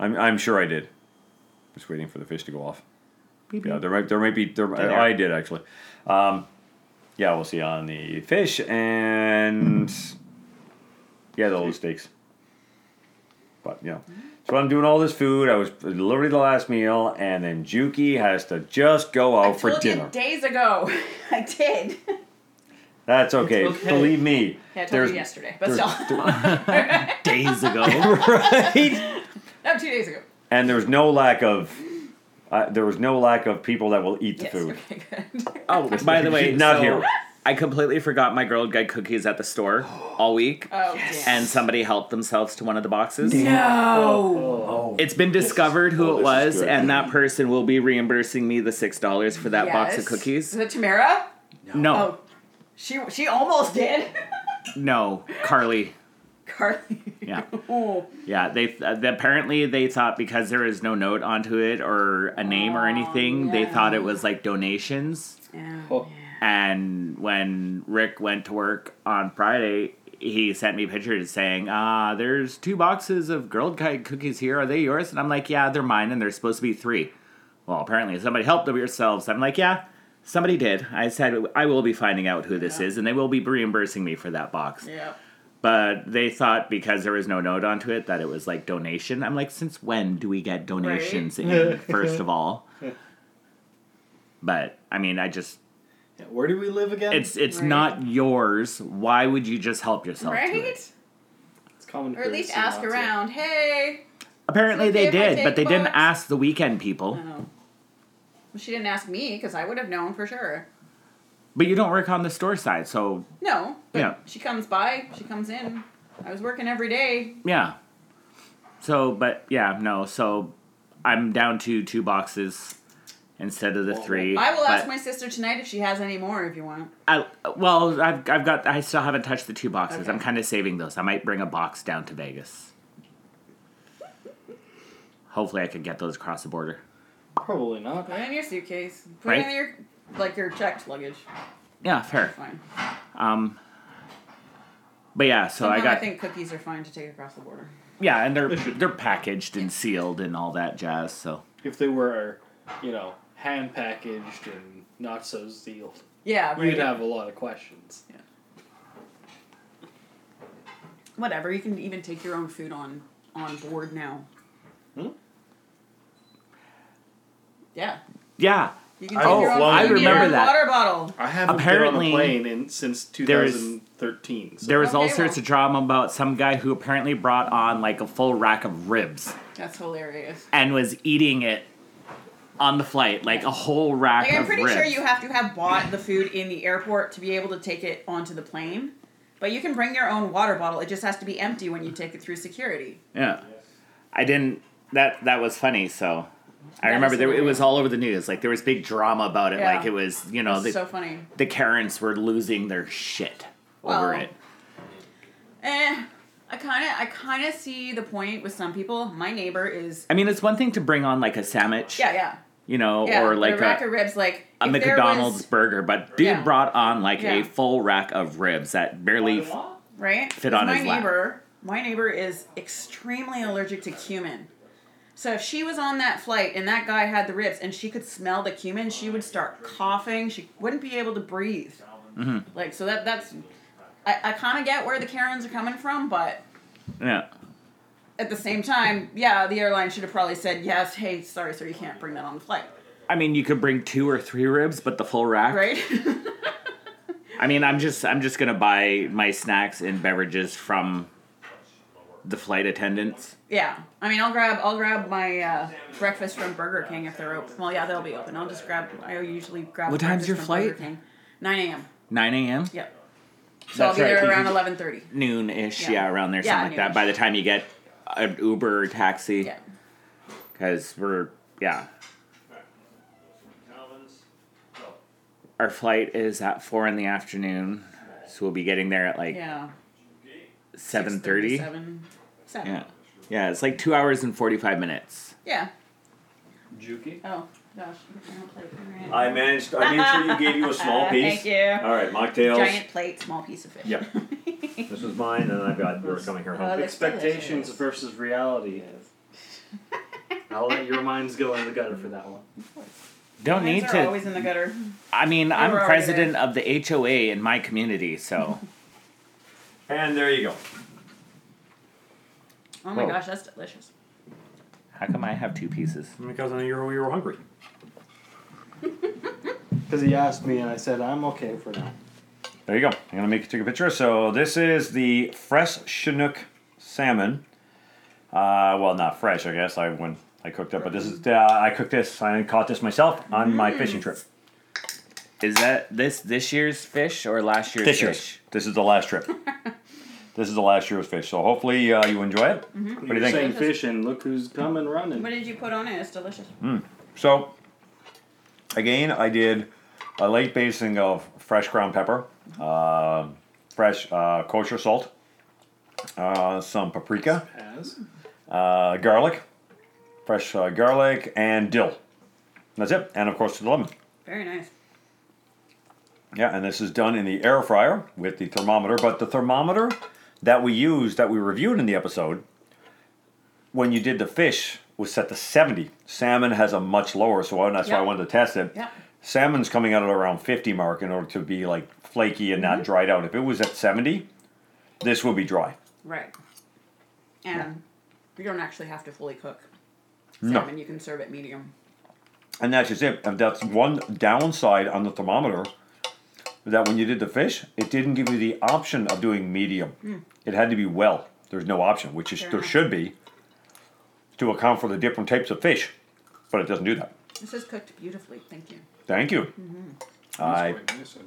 [SPEAKER 1] I'm I'm sure I did. Just waiting for the fish to go off.
[SPEAKER 2] beep,
[SPEAKER 1] Yeah,
[SPEAKER 3] Mhm.
[SPEAKER 2] beep.
[SPEAKER 1] there might there might be there.
[SPEAKER 2] There.
[SPEAKER 1] I, I did actually. Um, yeah, we'll see on the fish and yeah, the old steaks. But you know, so I'm doing all this food. I was literally the last meal, and then Juki has to just go out
[SPEAKER 3] I
[SPEAKER 1] for
[SPEAKER 3] told
[SPEAKER 1] dinner.
[SPEAKER 3] you days ago. I did.
[SPEAKER 1] That's okay.
[SPEAKER 4] It's okay.
[SPEAKER 1] Believe me.
[SPEAKER 3] Yeah, I told
[SPEAKER 1] There's-
[SPEAKER 3] you yesterday, but
[SPEAKER 1] there's-
[SPEAKER 3] still.
[SPEAKER 2] days ago.
[SPEAKER 1] right.
[SPEAKER 3] no, two days ago.
[SPEAKER 1] and there's no lack of uh, there was no lack of people that will eat the
[SPEAKER 3] Yes.
[SPEAKER 1] food.
[SPEAKER 3] Okay, good.
[SPEAKER 2] oh, by the way,
[SPEAKER 1] Not
[SPEAKER 2] so
[SPEAKER 1] here.
[SPEAKER 2] I completely forgot my Girl Guide cookies at the store all week,
[SPEAKER 3] Oh, damn.
[SPEAKER 2] and somebody helped themselves to one of the boxes.
[SPEAKER 3] no.
[SPEAKER 1] Oh,
[SPEAKER 2] It's been discovered
[SPEAKER 1] oh,
[SPEAKER 2] who
[SPEAKER 1] this
[SPEAKER 2] it
[SPEAKER 1] is
[SPEAKER 2] was,
[SPEAKER 1] good.
[SPEAKER 2] and that person will be reimbursing me the six dollars for that box of
[SPEAKER 3] Yes. Oh.
[SPEAKER 2] cookies.
[SPEAKER 3] Is it Tamara?
[SPEAKER 2] No,
[SPEAKER 3] Oh, she she almost did.
[SPEAKER 2] no, Carly.
[SPEAKER 3] Carly.
[SPEAKER 2] Yeah.
[SPEAKER 3] Oh.
[SPEAKER 2] Yeah, they, uh, they- apparently they thought because there is no note onto it or a name or anything, they
[SPEAKER 3] yeah.
[SPEAKER 2] thought it was like donations.
[SPEAKER 3] Yeah.
[SPEAKER 4] Oh.
[SPEAKER 2] And when Rick went to work on Friday, he sent me pictures saying, "Ah, there's two boxes of Girl Guide cookies here. Are they yours?" And I'm like, "Yeah, they're mine, and there's supposed to be three. Well, apparently somebody helped them yourselves. I'm like, "Yeah." Somebody did. I said I will be finding out who this is, and they will be reimbursing me for that box
[SPEAKER 3] Yeah.
[SPEAKER 2] but they thought because there was no note onto it that it was like donation. I'm like, since when do we get donations in? First of all, but I mean, I just
[SPEAKER 4] Yeah, where do we live again?
[SPEAKER 2] it's it's
[SPEAKER 3] Right.
[SPEAKER 2] not yours. Why would you just help yourself? to it?
[SPEAKER 3] Right?
[SPEAKER 4] It's common
[SPEAKER 3] Or at least
[SPEAKER 4] courtesy
[SPEAKER 3] ask
[SPEAKER 4] not to.
[SPEAKER 3] around. Hey.
[SPEAKER 2] Apparently
[SPEAKER 3] It's okay
[SPEAKER 2] they
[SPEAKER 3] if I
[SPEAKER 2] did,
[SPEAKER 3] take
[SPEAKER 2] but they didn't
[SPEAKER 3] box.
[SPEAKER 2] ask the weekend people.
[SPEAKER 3] Oh. She didn't ask me because I would have known for sure.
[SPEAKER 2] But you don't work on the store side, so
[SPEAKER 3] No. But
[SPEAKER 2] Yeah.
[SPEAKER 3] She comes by. She comes in. I was working every day.
[SPEAKER 2] yeah. So, but yeah, no. So I'm down to two boxes instead of the three.
[SPEAKER 3] I will ask
[SPEAKER 2] but-
[SPEAKER 3] my sister tonight if she has any more. If you want.
[SPEAKER 2] I, well, I've, I've got I still haven't touched the two boxes.
[SPEAKER 3] Okay.
[SPEAKER 2] I'm kind of saving those. I might bring a box down to Vegas. Hopefully, I can get those across the border.
[SPEAKER 4] Probably not.
[SPEAKER 3] Put it in your suitcase. Put it
[SPEAKER 2] Right.
[SPEAKER 3] in your like your checked luggage.
[SPEAKER 2] Yeah, fair.
[SPEAKER 3] Fine.
[SPEAKER 2] Um, but yeah, so
[SPEAKER 3] Somehow
[SPEAKER 2] I got
[SPEAKER 3] think cookies are fine to take across the border.
[SPEAKER 2] yeah, and they're
[SPEAKER 4] They should-
[SPEAKER 2] they're packaged and sealed and all that jazz. So
[SPEAKER 4] If they were, you know, hand packaged and not so sealed,
[SPEAKER 3] Yeah.
[SPEAKER 4] we'd
[SPEAKER 3] right.
[SPEAKER 4] have a lot of questions.
[SPEAKER 3] Whatever. You can even take your own food on on board now.
[SPEAKER 4] Hmm?
[SPEAKER 3] Yeah.
[SPEAKER 2] yeah,
[SPEAKER 3] You can
[SPEAKER 4] I-
[SPEAKER 3] take your
[SPEAKER 4] oh,
[SPEAKER 3] own
[SPEAKER 4] well,
[SPEAKER 3] food
[SPEAKER 4] I
[SPEAKER 3] and your
[SPEAKER 2] remember
[SPEAKER 3] own
[SPEAKER 2] that.
[SPEAKER 3] water bottle.
[SPEAKER 4] I haven't
[SPEAKER 2] Apparently,
[SPEAKER 4] been on a plane in, since
[SPEAKER 2] there is-
[SPEAKER 4] 2013. so-
[SPEAKER 2] there was all
[SPEAKER 3] Okay,
[SPEAKER 2] sorts
[SPEAKER 3] well.
[SPEAKER 2] of drama about some guy who apparently brought on like a full rack of ribs
[SPEAKER 3] That's hilarious.
[SPEAKER 2] and was eating it on the flight, like a whole rack
[SPEAKER 3] Like, I'm
[SPEAKER 2] of
[SPEAKER 3] pretty
[SPEAKER 2] ribs.
[SPEAKER 3] sure you have to have bought the food in the airport to be able to take it onto the plane. But you can bring your own water bottle. It just has to be empty
[SPEAKER 2] Mm.
[SPEAKER 3] when you take it through security.
[SPEAKER 2] Yeah. I didn't that that was funny, so I
[SPEAKER 3] That
[SPEAKER 2] remember
[SPEAKER 3] is
[SPEAKER 2] there, it
[SPEAKER 3] hilarious.
[SPEAKER 2] was all over the news. Like there was big drama about it.
[SPEAKER 3] Yeah.
[SPEAKER 2] Like it was, you know,
[SPEAKER 3] That's
[SPEAKER 2] the,
[SPEAKER 3] so funny.
[SPEAKER 2] the Karens were losing their shit over
[SPEAKER 3] Well.
[SPEAKER 2] it.
[SPEAKER 3] Eh, I kind of, I kind of see the point with some people. My neighbor is,
[SPEAKER 2] I mean, it's one thing to bring on like a sandwich,
[SPEAKER 3] yeah, yeah,
[SPEAKER 2] you know,
[SPEAKER 3] yeah.
[SPEAKER 2] or like
[SPEAKER 3] the rack
[SPEAKER 2] a,
[SPEAKER 3] of ribs, like
[SPEAKER 2] a
[SPEAKER 3] if there
[SPEAKER 2] McDonald's
[SPEAKER 3] was-
[SPEAKER 2] burger, but dude
[SPEAKER 3] Yeah.
[SPEAKER 2] brought on like
[SPEAKER 3] Yeah.
[SPEAKER 2] a full rack of ribs that barely.
[SPEAKER 4] Oh,
[SPEAKER 3] right?
[SPEAKER 2] fit
[SPEAKER 3] 'Cause
[SPEAKER 2] on
[SPEAKER 3] my
[SPEAKER 2] his lap.
[SPEAKER 3] neighbor, my neighbor is extremely allergic to cumin. So if she was on that flight and that guy had the ribs and she could smell the cumin, she would start coughing. She wouldn't be able to breathe.
[SPEAKER 2] Mm-hmm.
[SPEAKER 3] Like so that that's I, I kind of get where the Karens are coming from, but
[SPEAKER 2] yeah.
[SPEAKER 3] at the same time, yeah, the airline should have probably said yes. Hey, sorry, sir, you can't bring that on the flight,
[SPEAKER 2] I mean, you could bring two or three ribs, but the full rack.
[SPEAKER 3] right?
[SPEAKER 2] I mean, I'm just I'm just gonna buy my snacks and beverages from the flight attendants.
[SPEAKER 3] yeah, I mean, I'll grab I'll grab my uh, breakfast from Burger King if they're open. Well, yeah, they'll be open. I'll just grab. I usually grab.
[SPEAKER 2] What time's
[SPEAKER 3] breakfast
[SPEAKER 2] your
[SPEAKER 3] from
[SPEAKER 2] flight?
[SPEAKER 3] Burger King. Nine a.m.
[SPEAKER 2] 9 a.m.
[SPEAKER 3] Yep. So I'll
[SPEAKER 2] That's
[SPEAKER 3] be
[SPEAKER 2] right,
[SPEAKER 3] there
[SPEAKER 2] 'cause
[SPEAKER 3] around
[SPEAKER 2] you-
[SPEAKER 3] eleven thirty.
[SPEAKER 2] noon ish,
[SPEAKER 3] Yeah.
[SPEAKER 2] yeah. around there,
[SPEAKER 3] Yeah,
[SPEAKER 2] something like that. By the time you get an Uber or taxi,
[SPEAKER 3] Yeah.
[SPEAKER 2] because we're yeah, our flight is at four in the afternoon, so we'll be getting there at like
[SPEAKER 3] Yeah.
[SPEAKER 2] seven thirty.
[SPEAKER 3] Seven. Seven.
[SPEAKER 2] Yeah, yeah, it's like two hours and forty five minutes.
[SPEAKER 3] Yeah.
[SPEAKER 4] Juki?
[SPEAKER 3] Oh gosh. I don't play with my
[SPEAKER 5] I managed. I made sure you gave you a small
[SPEAKER 3] Uh,
[SPEAKER 5] piece.
[SPEAKER 3] Thank you.
[SPEAKER 5] All right, mocktails.
[SPEAKER 3] Giant plate, small piece of fish.
[SPEAKER 5] Yep. This was mine, and I've got yours coming here
[SPEAKER 3] Uh,
[SPEAKER 5] home.
[SPEAKER 3] that's
[SPEAKER 4] Expectations
[SPEAKER 3] delicious.
[SPEAKER 4] versus reality. I'll let your minds go in the gutter for that one.
[SPEAKER 2] Don't
[SPEAKER 3] Mines
[SPEAKER 2] need
[SPEAKER 3] are
[SPEAKER 2] to.
[SPEAKER 3] always in the gutter.
[SPEAKER 2] I mean, I'm
[SPEAKER 3] already
[SPEAKER 2] president of the HOA in my community, so
[SPEAKER 5] And there you go.
[SPEAKER 3] Oh my
[SPEAKER 2] Whoa.
[SPEAKER 3] gosh, that's delicious.
[SPEAKER 2] how come I have two pieces?
[SPEAKER 5] Because I knew you were, you were hungry.
[SPEAKER 4] Because he asked me, and I said, I'm okay for now.
[SPEAKER 1] There you go. I'm gonna make you take a picture. So this is the fresh Chinook salmon. Uh, well, not fresh, I guess. I when
[SPEAKER 3] Mm.
[SPEAKER 1] I cooked it, but this is uh, I cooked this. I caught this myself on my fishing trip.
[SPEAKER 2] Is that this this year's fish or last year's
[SPEAKER 1] This
[SPEAKER 2] fish?
[SPEAKER 1] year's. This is the last trip. this is the last year's fish. So hopefully uh, you enjoy it. What do you
[SPEAKER 4] You're
[SPEAKER 1] think?
[SPEAKER 4] saying fish, and look who's coming running.
[SPEAKER 3] What did you put on it? It's delicious.
[SPEAKER 2] Mm.
[SPEAKER 1] So, again, I did a light basting of fresh ground pepper, uh, fresh uh, kosher salt, uh, some paprika,
[SPEAKER 4] As
[SPEAKER 1] uh, garlic, fresh uh, garlic, and dill. That's it. And of course, the lemon.
[SPEAKER 3] Very nice.
[SPEAKER 1] Yeah, and this is done in the air fryer with the thermometer. But the thermometer that we used, that we reviewed in the episode, when you did the fish, was set to 70. Salmon has a much lower, so I- that's why I
[SPEAKER 3] Yeah.
[SPEAKER 1] wanted to test it.
[SPEAKER 3] Yeah.
[SPEAKER 1] Salmon's coming out at around 50 mark in order to be like flaky and
[SPEAKER 3] Mm-hmm.
[SPEAKER 1] not dried out. If it was at 70, this would be dry.
[SPEAKER 3] Right. And you don't actually have to fully cook
[SPEAKER 1] No.
[SPEAKER 3] salmon. You can serve it medium.
[SPEAKER 1] And that's just it. And that's one downside on the thermometer that when you did the fish, it didn't give you the option of doing medium.
[SPEAKER 3] Hmm.
[SPEAKER 1] It had to be well. There's no option, which is
[SPEAKER 3] Fair
[SPEAKER 1] there
[SPEAKER 3] enough.
[SPEAKER 1] should be to account for the different types of fish. But it doesn't do that.
[SPEAKER 3] This is cooked beautifully. Thank you.
[SPEAKER 1] Thank you.
[SPEAKER 3] Hmm.
[SPEAKER 1] I
[SPEAKER 4] That's quite nice, I do.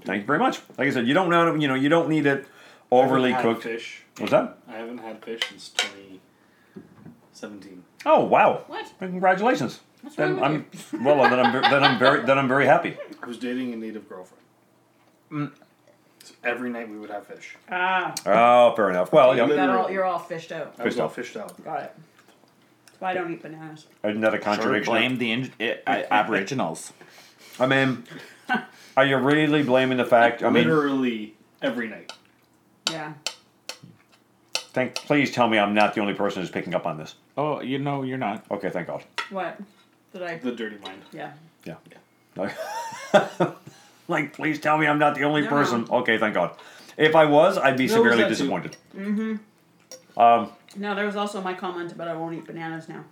[SPEAKER 1] thank you very much. Like I said, you don't know you know, you don't need it
[SPEAKER 4] I haven't
[SPEAKER 1] overly
[SPEAKER 4] had
[SPEAKER 1] cooked.
[SPEAKER 4] Fish.
[SPEAKER 1] What's that?
[SPEAKER 4] I haven't had fish since 2017.
[SPEAKER 1] Oh wow.
[SPEAKER 3] What?
[SPEAKER 1] Congratulations.
[SPEAKER 3] What's
[SPEAKER 1] then
[SPEAKER 3] wrong
[SPEAKER 1] I'm
[SPEAKER 3] with
[SPEAKER 1] well then I'm ver- then I'm very then I'm very happy.
[SPEAKER 4] I was dating a native girlfriend.
[SPEAKER 1] Mm.
[SPEAKER 4] So every night we would have fish.
[SPEAKER 3] Ah,
[SPEAKER 1] Oh, fair enough. Well,
[SPEAKER 3] you
[SPEAKER 1] yeah.
[SPEAKER 3] got all,
[SPEAKER 4] Literally.
[SPEAKER 3] you're all fished out.
[SPEAKER 4] I was
[SPEAKER 1] Fished
[SPEAKER 4] all
[SPEAKER 1] out.
[SPEAKER 4] fished out.
[SPEAKER 3] Got it. That's why I don't eat bananas.
[SPEAKER 1] Isn't that a
[SPEAKER 2] Sure,
[SPEAKER 1] contradiction?
[SPEAKER 2] blame the in, uh, aboriginals.
[SPEAKER 1] I mean, are you really blaming the fact? I mean,
[SPEAKER 4] Literally every night.
[SPEAKER 3] Yeah.
[SPEAKER 1] thank, please tell me I'm not the only person who's picking up on this.
[SPEAKER 2] Oh, you know you're not.
[SPEAKER 1] Okay, thank God.
[SPEAKER 3] What? Did I?
[SPEAKER 4] The dirty mind.
[SPEAKER 3] Yeah.
[SPEAKER 1] Yeah. Like, like, please tell me I'm not the only
[SPEAKER 3] No,
[SPEAKER 1] person. Okay, thank God. If I was, I'd be
[SPEAKER 4] No, it was
[SPEAKER 1] severely
[SPEAKER 4] that too.
[SPEAKER 1] disappointed.
[SPEAKER 3] No, there was also my comment about I won't eat bananas now.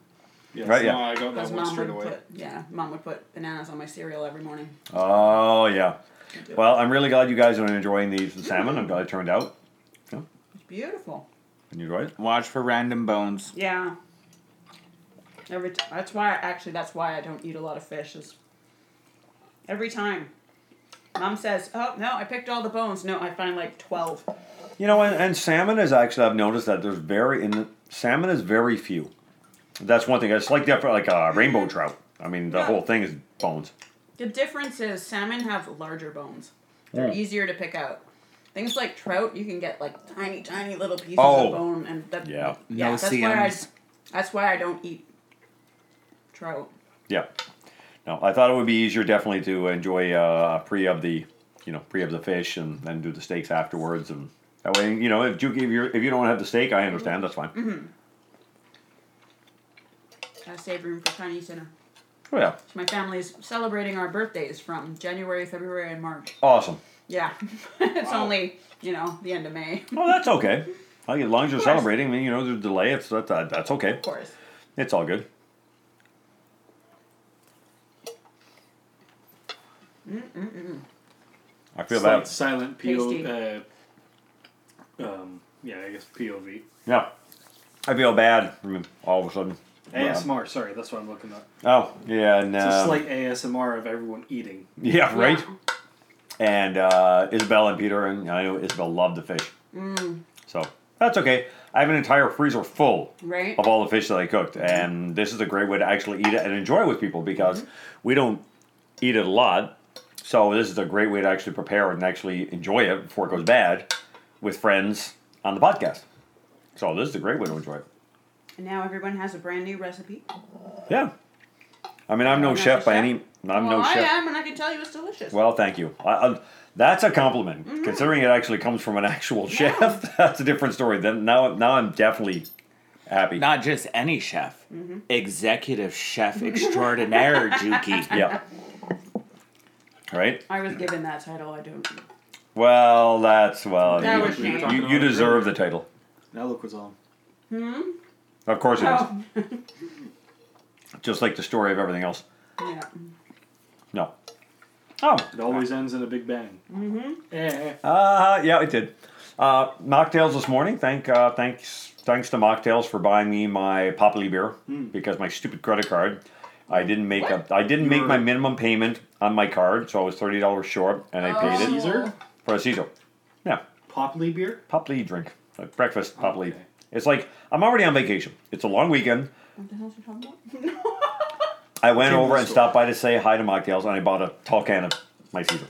[SPEAKER 4] Yes,
[SPEAKER 1] Right, yeah.
[SPEAKER 4] no, I got that
[SPEAKER 3] Because
[SPEAKER 4] one
[SPEAKER 3] mom
[SPEAKER 4] straight
[SPEAKER 3] would
[SPEAKER 4] away.
[SPEAKER 3] put, yeah, mom would put bananas on my cereal every morning.
[SPEAKER 1] Oh yeah.
[SPEAKER 3] I do.
[SPEAKER 1] Well, I'm really glad you guys are enjoying the salmon. I'm glad it turned out.
[SPEAKER 3] It's beautiful.
[SPEAKER 1] And you enjoy it.
[SPEAKER 2] Watch for random bones.
[SPEAKER 3] Yeah. Every t- that's why actually that's why I don't eat a lot of fish is every time. Mom says, "Oh no, I picked all the bones." No, I find like twelve.
[SPEAKER 1] You know, and, and salmon is actually I've noticed that there's very in salmon is very few. That's one thing. It's like different, like a rainbow trout. I mean, the
[SPEAKER 3] Mm-hmm. Yeah.
[SPEAKER 1] whole thing is bones.
[SPEAKER 3] The difference is salmon have larger bones; they're
[SPEAKER 1] Mm.
[SPEAKER 3] easier to pick out. Things like trout, you can get like tiny, tiny little pieces
[SPEAKER 1] Oh.
[SPEAKER 3] of bone, and that,
[SPEAKER 1] Yeah.
[SPEAKER 2] No
[SPEAKER 3] that's why I,
[SPEAKER 2] CMs.
[SPEAKER 3] that's why I don't eat trout.
[SPEAKER 1] Yeah. No, I thought it would be easier definitely to enjoy uh, pre of the, you know, pre of the fish and then do the steaks afterwards and that way, you know, if you if you if you don't have the steak, I understand. That's
[SPEAKER 4] Mm-hmm.
[SPEAKER 1] fine.
[SPEAKER 3] Gotta save room for Chinese dinner.
[SPEAKER 1] Oh yeah,
[SPEAKER 3] My family's celebrating our birthdays from January, February, and March.
[SPEAKER 1] awesome.
[SPEAKER 3] Yeah, it's only you know the end of May, of
[SPEAKER 1] Oh, that's okay. Like, as long as you're
[SPEAKER 3] course.
[SPEAKER 1] celebrating, I mean, you know, there's a delay. It's that, that, that's okay.
[SPEAKER 3] course.
[SPEAKER 1] It's all good. I feel
[SPEAKER 4] Slight
[SPEAKER 1] bad.
[SPEAKER 4] silent
[SPEAKER 3] Tasty.
[SPEAKER 4] PO. Uh, um, yeah, I guess POV.
[SPEAKER 1] Yeah, I feel bad. I mean, all of a sudden.
[SPEAKER 4] ASMR, sorry, that's what I'm looking at.
[SPEAKER 1] Oh yeah, no.
[SPEAKER 4] It's a slight ASMR of everyone eating.
[SPEAKER 1] Yeah, right.
[SPEAKER 3] Yeah.
[SPEAKER 1] And uh, Isabel and Peter and I know Isabel loved the fish,
[SPEAKER 3] Mm.
[SPEAKER 1] so that's okay. I have an entire freezer full
[SPEAKER 3] Right?
[SPEAKER 1] of all the fish that I cooked, and this is a great way to actually eat it and enjoy it with people because
[SPEAKER 3] Mm-hmm.
[SPEAKER 1] we don't eat it a lot. So this is a great way to actually prepare it and actually enjoy it before it goes bad with friends on the podcast. So this is a great way to enjoy it.
[SPEAKER 3] And now everyone has a brand new recipe.
[SPEAKER 1] Oh, Yeah, I mean I'm no
[SPEAKER 3] Not a
[SPEAKER 1] chef by
[SPEAKER 3] chef?
[SPEAKER 1] any. I'm
[SPEAKER 3] well,
[SPEAKER 1] no
[SPEAKER 3] I
[SPEAKER 1] chef.
[SPEAKER 3] am, and I can tell you it's delicious.
[SPEAKER 1] Well, thank you. I, I, that's a compliment,
[SPEAKER 3] Mm-hmm.
[SPEAKER 1] considering it actually comes from an actual chef. That's a different story. Then now, now I'm definitely happy.
[SPEAKER 2] Not just any chef.
[SPEAKER 3] Mm-hmm.
[SPEAKER 2] Executive chef extraordinaire, Juki.
[SPEAKER 1] yeah. Right.
[SPEAKER 3] I was given that title. I don't.
[SPEAKER 1] Well, that's well.
[SPEAKER 3] That
[SPEAKER 1] you,
[SPEAKER 3] was
[SPEAKER 1] you,
[SPEAKER 3] nice.
[SPEAKER 1] you, you deserve the title.
[SPEAKER 4] Now look what's on.
[SPEAKER 1] Of course it is.
[SPEAKER 3] Oh,
[SPEAKER 1] Just like the story of everything else.
[SPEAKER 3] Oh, yeah.
[SPEAKER 1] No. Oh.
[SPEAKER 4] It always ends in a big bang. Mm-hmm. Yeah.
[SPEAKER 1] Uh, yeah, it did. Uh, mocktails this morning. Thank, uh, thanks, thanks to mocktails for buying me my Popoli beer because my stupid credit card. I didn't make a, I didn't make my
[SPEAKER 4] You're-
[SPEAKER 1] minimum payment on my card, so I was thirty dollars short, and I paid it
[SPEAKER 4] Caesar?
[SPEAKER 1] for a Caesar. Yeah,
[SPEAKER 4] Popley beer?
[SPEAKER 1] Popley drink, like breakfast Popley.
[SPEAKER 4] Okay.
[SPEAKER 1] It's like I'm already on vacation. It's a long weekend.
[SPEAKER 3] What the hell are you talking about?
[SPEAKER 1] I went
[SPEAKER 4] Came to
[SPEAKER 1] over
[SPEAKER 4] the
[SPEAKER 1] and
[SPEAKER 4] store.
[SPEAKER 1] stopped by to say hi to Mocktails, and I bought a tall can of my Caesar.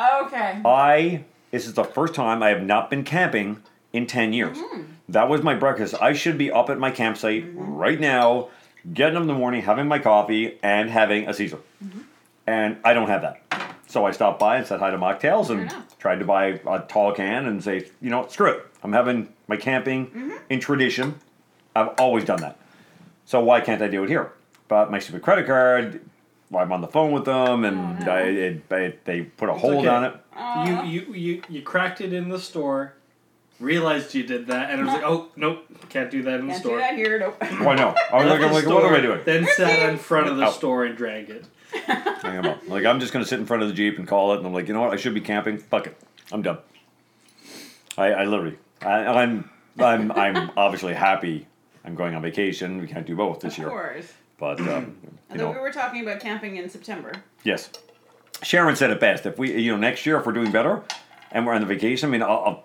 [SPEAKER 1] Oh,
[SPEAKER 3] Okay.
[SPEAKER 1] I this is the first time I have not been camping in ten years.
[SPEAKER 3] Mm.
[SPEAKER 1] That was my breakfast. I should be up at my campsite
[SPEAKER 3] Mm-hmm.
[SPEAKER 1] right now, getting up in the morning, having my coffee, and having a Caesar.
[SPEAKER 3] Mm-hmm.
[SPEAKER 1] And I don't have that. So I stopped by and said hi to Mocktails and
[SPEAKER 3] enough.
[SPEAKER 1] tried to buy a tall can and say, you know, screw it. I'm having my camping
[SPEAKER 3] Mm-hmm.
[SPEAKER 1] in tradition. I've always done that. So why can't I do it here? But my stupid credit card, I'm on the phone with them and
[SPEAKER 3] Oh, no.
[SPEAKER 1] I, it, I, they put a hold
[SPEAKER 4] okay.
[SPEAKER 1] on it.
[SPEAKER 3] Aw.
[SPEAKER 4] You, you you you cracked it in the store, realized you did that, and it was like, oh nope, can't do that in the
[SPEAKER 3] Can't
[SPEAKER 4] store.
[SPEAKER 3] do that here. Nope.
[SPEAKER 1] Why no? Oh, I was like,
[SPEAKER 4] Left
[SPEAKER 1] I'm
[SPEAKER 4] the
[SPEAKER 1] like, what am I
[SPEAKER 4] store,
[SPEAKER 1] doing? Oh.
[SPEAKER 4] Then sat in front of the
[SPEAKER 1] Out.
[SPEAKER 4] store and drank it.
[SPEAKER 1] Hang on up. Like, I'm just gonna sit in front of the jeep and call it, and I'm like, you know what? I should be camping. Fuck it, I'm done. I, I literally, I, I'm, I'm, I'm obviously happy. I'm going on vacation. We can't do both this
[SPEAKER 3] Of
[SPEAKER 1] year,
[SPEAKER 3] course.
[SPEAKER 1] but um, you
[SPEAKER 3] Although
[SPEAKER 1] know,
[SPEAKER 3] we were talking about camping in September.
[SPEAKER 1] yes. Sharon said it best. If we, you know, next year if we're doing better, and we're on the vacation, I mean, I'll, I'll,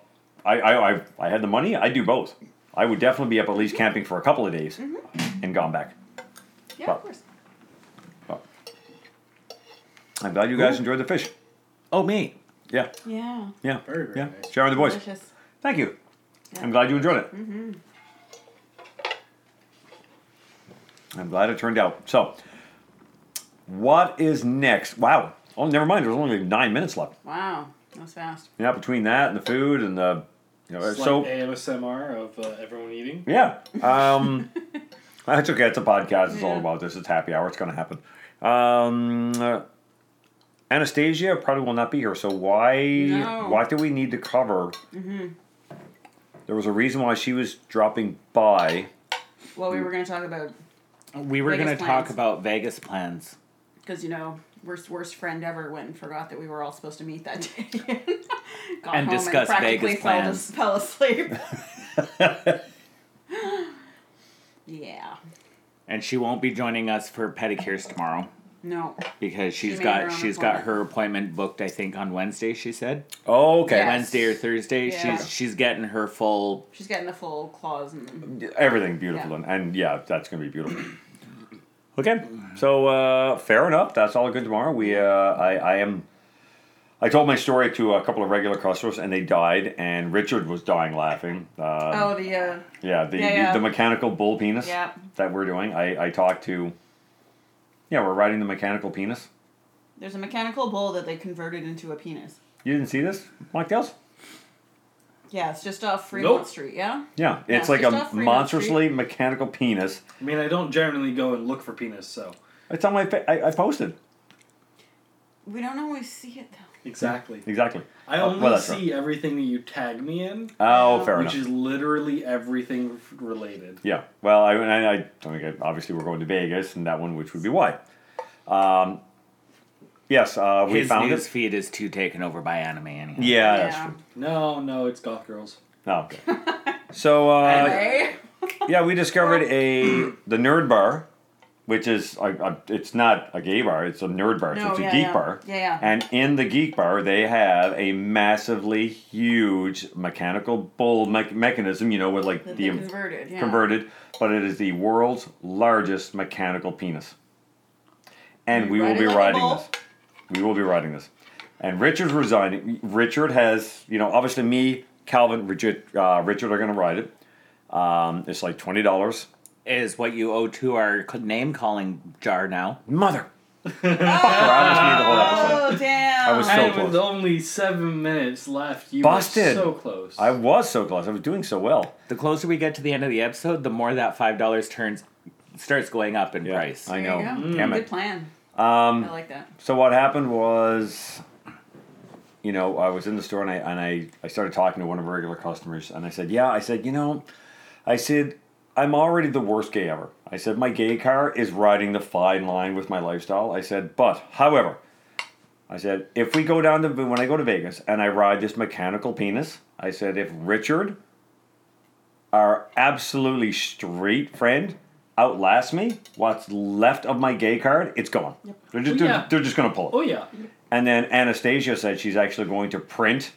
[SPEAKER 1] I, I, I, I had the money. I would do both. I would definitely be up at least camping for a couple of days,
[SPEAKER 3] Mm-hmm.
[SPEAKER 1] and gone back.
[SPEAKER 3] Yeah,
[SPEAKER 1] Well,
[SPEAKER 3] of course.
[SPEAKER 1] But I'm glad you guys enjoyed the fish.
[SPEAKER 2] Oh, me.
[SPEAKER 1] Yeah,
[SPEAKER 3] Yeah.
[SPEAKER 1] yeah,
[SPEAKER 4] Very, very
[SPEAKER 1] yeah.
[SPEAKER 4] nice.
[SPEAKER 1] Sharon the boys.
[SPEAKER 3] Delicious.
[SPEAKER 1] Thank you.
[SPEAKER 3] Yeah.
[SPEAKER 1] I'm glad you enjoyed it. Mm-hmm. I'm glad it turned out. So, what is next? Wow. Oh, never mind. There's only nine minutes left.
[SPEAKER 3] Wow. That was fast.
[SPEAKER 1] Yeah, between that and the food and the, you know,
[SPEAKER 4] It's
[SPEAKER 1] so
[SPEAKER 4] like AMSMR of uh, everyone eating.
[SPEAKER 1] yeah. Um, that's okay. It's a podcast. It's all
[SPEAKER 3] Yeah.
[SPEAKER 1] about this. It's happy hour. It's going to happen. Um, uh, Anastasia probably will not be here. So why?
[SPEAKER 3] No. Mm-hmm.
[SPEAKER 1] What do we need to cover? There was a reason why she was dropping by.
[SPEAKER 3] Well,
[SPEAKER 1] Mm.
[SPEAKER 3] we were going to talk about
[SPEAKER 2] We were
[SPEAKER 3] Vegas
[SPEAKER 2] going to talk
[SPEAKER 3] plans.
[SPEAKER 2] about Vegas plans.
[SPEAKER 3] because you know worst worst friend ever went and forgot that we were all supposed to meet that day. Got
[SPEAKER 2] And discuss
[SPEAKER 3] practically
[SPEAKER 2] Vegas
[SPEAKER 3] fell,
[SPEAKER 2] plans.
[SPEAKER 3] fell asleep. yeah.
[SPEAKER 2] And she won't be joining us for pedicures tomorrow
[SPEAKER 3] No.
[SPEAKER 2] because she's
[SPEAKER 3] made her
[SPEAKER 2] got
[SPEAKER 3] own
[SPEAKER 2] she's got
[SPEAKER 3] appointment.
[SPEAKER 2] her appointment booked. I think on Wednesday. She said
[SPEAKER 1] Oh, Okay.
[SPEAKER 3] Yeah. Yes.
[SPEAKER 2] Wednesday or Thursday.
[SPEAKER 3] Yeah.
[SPEAKER 2] She's she's getting her full.
[SPEAKER 3] She's getting the full claws
[SPEAKER 1] Mm-hmm.
[SPEAKER 3] and
[SPEAKER 1] Everything beautiful
[SPEAKER 3] Yeah.
[SPEAKER 1] and, and yeah, that's gonna be beautiful. okay, so uh, fair enough. That's all good tomorrow. We uh, I I am. I told my story to a couple of regular customers and they died and Richard was dying laughing. Uh,
[SPEAKER 3] oh the uh,
[SPEAKER 1] yeah, the,
[SPEAKER 3] yeah, yeah.
[SPEAKER 1] the mechanical bull penis
[SPEAKER 3] Yeah.
[SPEAKER 1] that we're doing. I I talked to. Yeah, we're riding the mechanical penis.
[SPEAKER 3] there's a mechanical bull that they converted into a penis.
[SPEAKER 1] You didn't see this, Mike Dales?
[SPEAKER 3] Yeah, it's just off Fremont
[SPEAKER 4] Nope.
[SPEAKER 3] Street. Yeah.
[SPEAKER 1] Yeah,
[SPEAKER 3] Yeah,
[SPEAKER 1] it's like
[SPEAKER 3] just
[SPEAKER 1] a
[SPEAKER 3] off Fremont
[SPEAKER 1] monstrously mechanical penis.
[SPEAKER 4] I mean, I don't generally go and look for penis, so
[SPEAKER 1] It's on my. Fa- I, I posted
[SPEAKER 3] We don't always see it though.
[SPEAKER 4] exactly.
[SPEAKER 1] exactly.
[SPEAKER 4] I
[SPEAKER 1] Oh,
[SPEAKER 4] only
[SPEAKER 1] well, that's right.
[SPEAKER 4] see everything that you tag me in,
[SPEAKER 1] Oh, fair
[SPEAKER 4] which
[SPEAKER 1] enough.
[SPEAKER 4] is literally everything f- related.
[SPEAKER 1] Yeah. Well, I, I, I don't think I, obviously we're going to Vegas, and that one, which would be why. Um, yes, uh, we
[SPEAKER 2] His
[SPEAKER 1] found
[SPEAKER 2] news
[SPEAKER 1] it.
[SPEAKER 2] feed is too taken over by anime anyhow.
[SPEAKER 1] Yeah, that's
[SPEAKER 3] yeah.
[SPEAKER 1] true.
[SPEAKER 4] No, no, it's goth girls.
[SPEAKER 1] Oh, okay. so uh,
[SPEAKER 3] Anyway.
[SPEAKER 1] yeah, we discovered a the nerd bar, which is a, a, it's not a gay bar; it's a nerd bar. so
[SPEAKER 3] No,
[SPEAKER 1] it's
[SPEAKER 3] yeah,
[SPEAKER 1] a geek
[SPEAKER 3] yeah.
[SPEAKER 1] bar.
[SPEAKER 3] Yeah, yeah.
[SPEAKER 1] And in the geek bar, they have a massively huge mechanical bull mech mechanism. You know, with like
[SPEAKER 3] That
[SPEAKER 1] the
[SPEAKER 3] they
[SPEAKER 1] im-
[SPEAKER 3] converted. Yeah.
[SPEAKER 1] converted, but it is the world's largest mechanical penis. And we will be
[SPEAKER 3] Riding like a
[SPEAKER 1] riding
[SPEAKER 3] bull.
[SPEAKER 1] this. We will be riding this. And Richard's resigning. Richard has, you know, obviously me, Calvin, Richard, uh, Richard are going to ride it. Um, it's like twenty dollars.
[SPEAKER 2] Is what you owe to our name calling jar now.
[SPEAKER 1] Mother, fucker, I just need the whole episode.
[SPEAKER 3] Oh damn!
[SPEAKER 1] was So
[SPEAKER 4] and
[SPEAKER 1] close.
[SPEAKER 4] with only seven minutes left, you
[SPEAKER 1] Busted.
[SPEAKER 4] were so close.
[SPEAKER 1] I was so close. I was doing so well.
[SPEAKER 2] The closer we get to the end of the episode, the more that five dollars turns starts going up in price.
[SPEAKER 1] I
[SPEAKER 3] There
[SPEAKER 1] know.
[SPEAKER 3] you go.
[SPEAKER 4] Mm.
[SPEAKER 1] Damn
[SPEAKER 3] Good
[SPEAKER 1] it. Um,
[SPEAKER 3] plan. I like that.
[SPEAKER 1] So what happened was, you know, I was in the store and I and I, I started talking to one of our regular customers and I said, yeah, I said, you know, I said, I'm already the worst gay ever. I said my gay car is riding the fine line with my lifestyle. I said, but however, I said if we go down to when I go to Vegas and I ride this mechanical penis, I said if Richard, our absolutely straight friend, outlasts me, what's left of my gay card, it's gone. They're just they're,
[SPEAKER 4] Yeah.
[SPEAKER 1] they're just gonna pull it.
[SPEAKER 4] Oh yeah.
[SPEAKER 1] And then Anastasia said she's actually going to print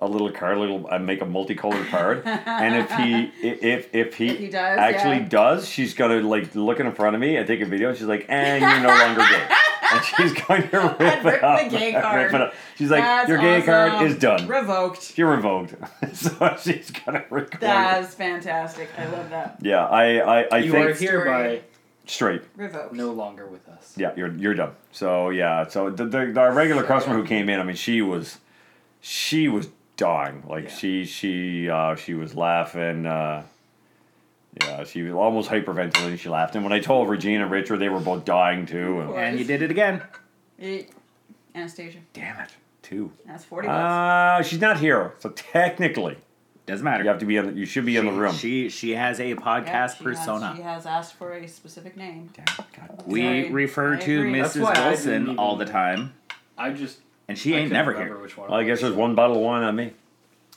[SPEAKER 1] a little card, a little uh, make a multicolored card. and if he i- if if he,
[SPEAKER 3] If he does,
[SPEAKER 1] actually
[SPEAKER 3] yeah.
[SPEAKER 1] does, she's gonna like look in front of me and take a video. And she's like, and you're no longer gay. And she's going to rip,
[SPEAKER 3] I'd rip
[SPEAKER 1] it up.
[SPEAKER 3] the gay
[SPEAKER 1] I'd rip
[SPEAKER 3] card.
[SPEAKER 1] it up. She's like,
[SPEAKER 3] That's
[SPEAKER 1] your gay card
[SPEAKER 3] awesome.
[SPEAKER 1] is done.
[SPEAKER 3] Revoked.
[SPEAKER 1] You're revoked. so she's gonna record. it.
[SPEAKER 3] That's fantastic. I love that.
[SPEAKER 1] Yeah, I I, I
[SPEAKER 4] You
[SPEAKER 1] think
[SPEAKER 4] are hereby
[SPEAKER 1] straight.
[SPEAKER 3] Revoked.
[SPEAKER 4] no longer with us.
[SPEAKER 1] Yeah, you're you're done. So yeah, so the, the, the regular customer who came in, I mean, she was, she was dying. Like
[SPEAKER 4] Yeah.
[SPEAKER 1] she she uh, she was laughing. Uh, yeah, she was almost hyperventilating. She laughed, and when I told Regina and Richard, they were both dying too. And,
[SPEAKER 2] And you did it again.
[SPEAKER 3] It- Anastasia.
[SPEAKER 1] damn it, two.
[SPEAKER 3] That's 40 bucks.
[SPEAKER 1] Uh, she's not here, so technically
[SPEAKER 2] Doesn't matter.
[SPEAKER 1] you have to be in. the- You should be in the room.
[SPEAKER 2] She she has a
[SPEAKER 3] Yeah,
[SPEAKER 2] podcast
[SPEAKER 3] she
[SPEAKER 2] persona.
[SPEAKER 3] Has, she has asked for a specific name.
[SPEAKER 1] Damn, God.
[SPEAKER 2] we
[SPEAKER 3] Sorry,
[SPEAKER 2] refer
[SPEAKER 3] I
[SPEAKER 2] to
[SPEAKER 3] agree.
[SPEAKER 4] That's
[SPEAKER 2] Mrs.
[SPEAKER 4] why I
[SPEAKER 2] Wilson
[SPEAKER 4] didn't
[SPEAKER 2] all the
[SPEAKER 4] even-
[SPEAKER 2] time,
[SPEAKER 4] I just
[SPEAKER 2] and she
[SPEAKER 4] I
[SPEAKER 2] ain't
[SPEAKER 4] couldn't
[SPEAKER 2] never
[SPEAKER 4] remember
[SPEAKER 2] here.
[SPEAKER 4] Which one? it
[SPEAKER 1] Well, I guess
[SPEAKER 4] was.
[SPEAKER 1] there's one bottle of wine on me.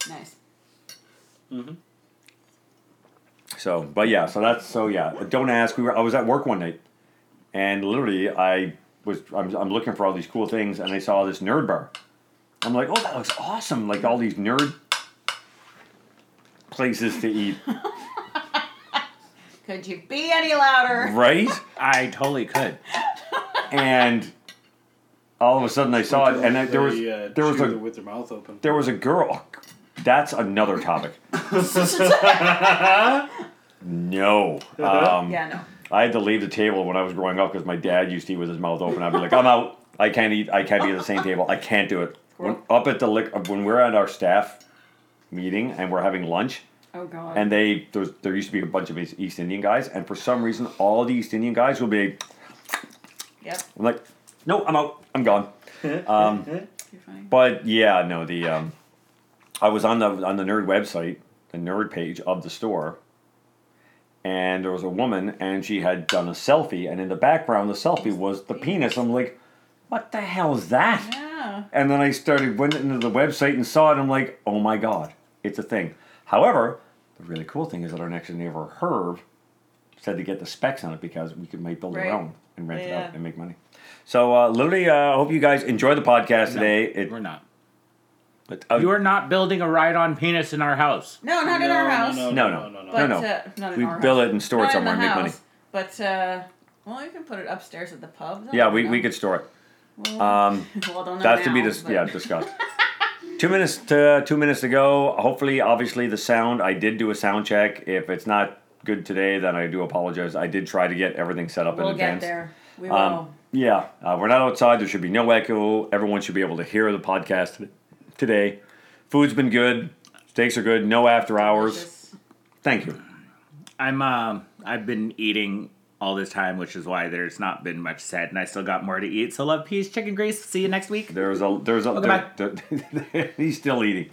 [SPEAKER 3] Nice.
[SPEAKER 1] So, but yeah, so that's so yeah. Don't ask. We were. I was at work one night, and literally, I was. I'm, I'm looking for all these cool things, and I saw this nerd bar. I'm like, oh, that looks awesome! Like all these nerd places to eat,
[SPEAKER 3] Could you be any louder?
[SPEAKER 1] right?
[SPEAKER 2] I totally could.
[SPEAKER 1] And all of a sudden, I saw it, and I,
[SPEAKER 4] They,
[SPEAKER 1] there was
[SPEAKER 4] uh,
[SPEAKER 1] there was
[SPEAKER 4] chew
[SPEAKER 1] a
[SPEAKER 4] with their mouth open.
[SPEAKER 1] there was a girl. That's another topic. No. Um,
[SPEAKER 3] Yeah, no.
[SPEAKER 1] I had to leave the table when I was growing up because my dad used to eat with his mouth open. I'd be like, I'm out. I can't eat. I can't be at the same table. I can't do it. When, up at the lick, when we're at our staff meeting and we're having lunch,
[SPEAKER 3] Oh, God.
[SPEAKER 1] and they there's, there used to be a bunch of these East Indian guys, and for some reason, all the East Indian guys will be.
[SPEAKER 3] yep.
[SPEAKER 1] I'm like, no, I'm out. I'm gone. Um,
[SPEAKER 3] You're funny.
[SPEAKER 1] but yeah, no, the um, I was on the on the nerd website, the nerd page of the store, and there was a woman, and she had done a selfie, and in the background, the selfie was the penis. I'm like, what the hell is that?
[SPEAKER 3] Yeah.
[SPEAKER 1] And then I started went into the website and saw it. And I'm like, oh my god, it's a thing. However, the really cool thing is that our next door neighbor Herb said to get the specs on it because we could make build
[SPEAKER 3] Right.
[SPEAKER 1] our own and rent it out
[SPEAKER 3] Yeah.
[SPEAKER 1] and make money. So uh, literally, uh, I hope you guys enjoy the podcast today. It,
[SPEAKER 2] We're not.
[SPEAKER 1] but, uh,
[SPEAKER 2] You are not building a ride-on penis in our house.
[SPEAKER 3] No, not in
[SPEAKER 4] No,
[SPEAKER 3] our
[SPEAKER 4] no,
[SPEAKER 3] house.
[SPEAKER 4] no,
[SPEAKER 1] No, no,
[SPEAKER 4] no, no,
[SPEAKER 3] But,
[SPEAKER 1] no, no.
[SPEAKER 3] Uh, not in
[SPEAKER 1] we
[SPEAKER 3] our
[SPEAKER 1] bill
[SPEAKER 3] house.
[SPEAKER 1] it and store it
[SPEAKER 3] Not in
[SPEAKER 1] somewhere and
[SPEAKER 3] the
[SPEAKER 1] make money.
[SPEAKER 3] house, But, uh, well, you can put it upstairs at the pub. though,
[SPEAKER 1] Yeah,
[SPEAKER 3] you
[SPEAKER 1] we,
[SPEAKER 3] know?
[SPEAKER 1] we could store it.
[SPEAKER 3] Well,
[SPEAKER 1] Um,
[SPEAKER 3] well, don't know
[SPEAKER 1] that's to be
[SPEAKER 3] now,
[SPEAKER 1] dis-
[SPEAKER 3] but-
[SPEAKER 1] yeah discussed. two minutes to two minutes to go. Hopefully, obviously, the sound. I did do a sound check. If it's not good today, then I do apologize. I did try to get everything set up
[SPEAKER 3] We'll
[SPEAKER 1] in
[SPEAKER 3] get
[SPEAKER 1] advance.
[SPEAKER 3] there. We will.
[SPEAKER 1] Um, yeah, uh, we're not outside. There should be no echo. Everyone should be able to hear the podcast today. Food's been good. Steaks are good. No after hours.
[SPEAKER 3] Just-
[SPEAKER 1] Thank you.
[SPEAKER 2] I'm um I've been eating all this time, which is why there's not been much said, and I still got more to eat. So love, peace, chicken grease. See you next week.
[SPEAKER 1] There's a there's a
[SPEAKER 2] Welcome
[SPEAKER 1] there, there- he's still eating.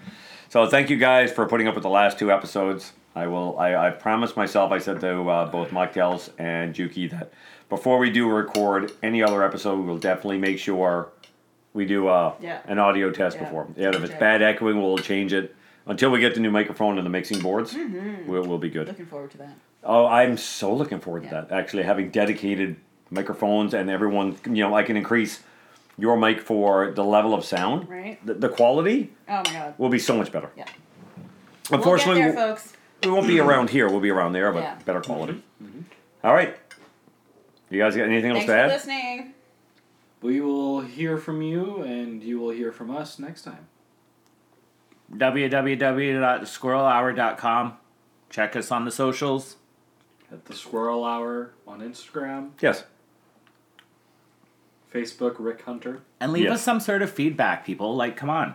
[SPEAKER 1] So thank you guys for putting up with the last two episodes. I will I, I promised myself I said to uh, both Mocktails and Juki that before we do record any other episode, we will definitely make sure we do uh,
[SPEAKER 3] Yeah.
[SPEAKER 1] an audio test
[SPEAKER 3] Yeah.
[SPEAKER 1] before. Yeah, if it's
[SPEAKER 3] Okay.
[SPEAKER 1] bad echoing, we'll change it until we get the new microphone and the mixing boards.
[SPEAKER 3] Mm-hmm.
[SPEAKER 1] We'll, we'll be good.
[SPEAKER 3] Looking forward to that.
[SPEAKER 1] Oh, I'm so looking forward
[SPEAKER 3] Yeah.
[SPEAKER 1] to that. Actually, having dedicated microphones and everyone, you know, I can increase your mic for the level of sound.
[SPEAKER 3] Right.
[SPEAKER 1] The, the quality
[SPEAKER 3] Oh, my God.
[SPEAKER 1] will be so much better.
[SPEAKER 3] Yeah.
[SPEAKER 1] Unfortunately,
[SPEAKER 3] we'll
[SPEAKER 1] we'll
[SPEAKER 3] get there, folks.
[SPEAKER 1] we won't be around here. We'll be around there, but
[SPEAKER 3] Yeah.
[SPEAKER 1] better quality. All right. You guys got anything else
[SPEAKER 3] Thanks for
[SPEAKER 1] to add?
[SPEAKER 3] listening.
[SPEAKER 4] We will hear from you, and you will hear from us next time.
[SPEAKER 2] www.squirrelhour.com. Check us on the socials.
[SPEAKER 4] At the Squirrel Hour on Instagram,
[SPEAKER 1] Yes.
[SPEAKER 4] Facebook, Rick Hunter.
[SPEAKER 2] And leave
[SPEAKER 1] Yes.
[SPEAKER 2] us some sort of feedback, people. Like, come on.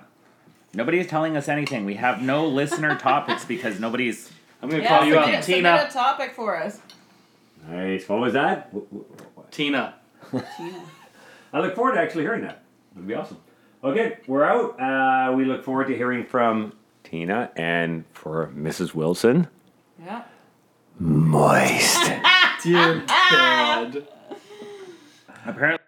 [SPEAKER 2] Nobody is telling us anything. We have no listener topics because nobody's.
[SPEAKER 4] I'm gonna
[SPEAKER 3] Yeah,
[SPEAKER 4] call you
[SPEAKER 3] submit,
[SPEAKER 4] out,
[SPEAKER 3] submit
[SPEAKER 4] Tina.
[SPEAKER 3] a topic for us.
[SPEAKER 1] Nice. What was that?
[SPEAKER 4] Tina.
[SPEAKER 3] Tina.
[SPEAKER 1] I look forward to actually hearing that. It'll be awesome. Okay, we're out. Uh, we look forward to hearing from Tina and for Mrs. Wilson.
[SPEAKER 3] Yeah.
[SPEAKER 1] Moist.
[SPEAKER 3] Ah,
[SPEAKER 4] Dear God.
[SPEAKER 2] Apparently.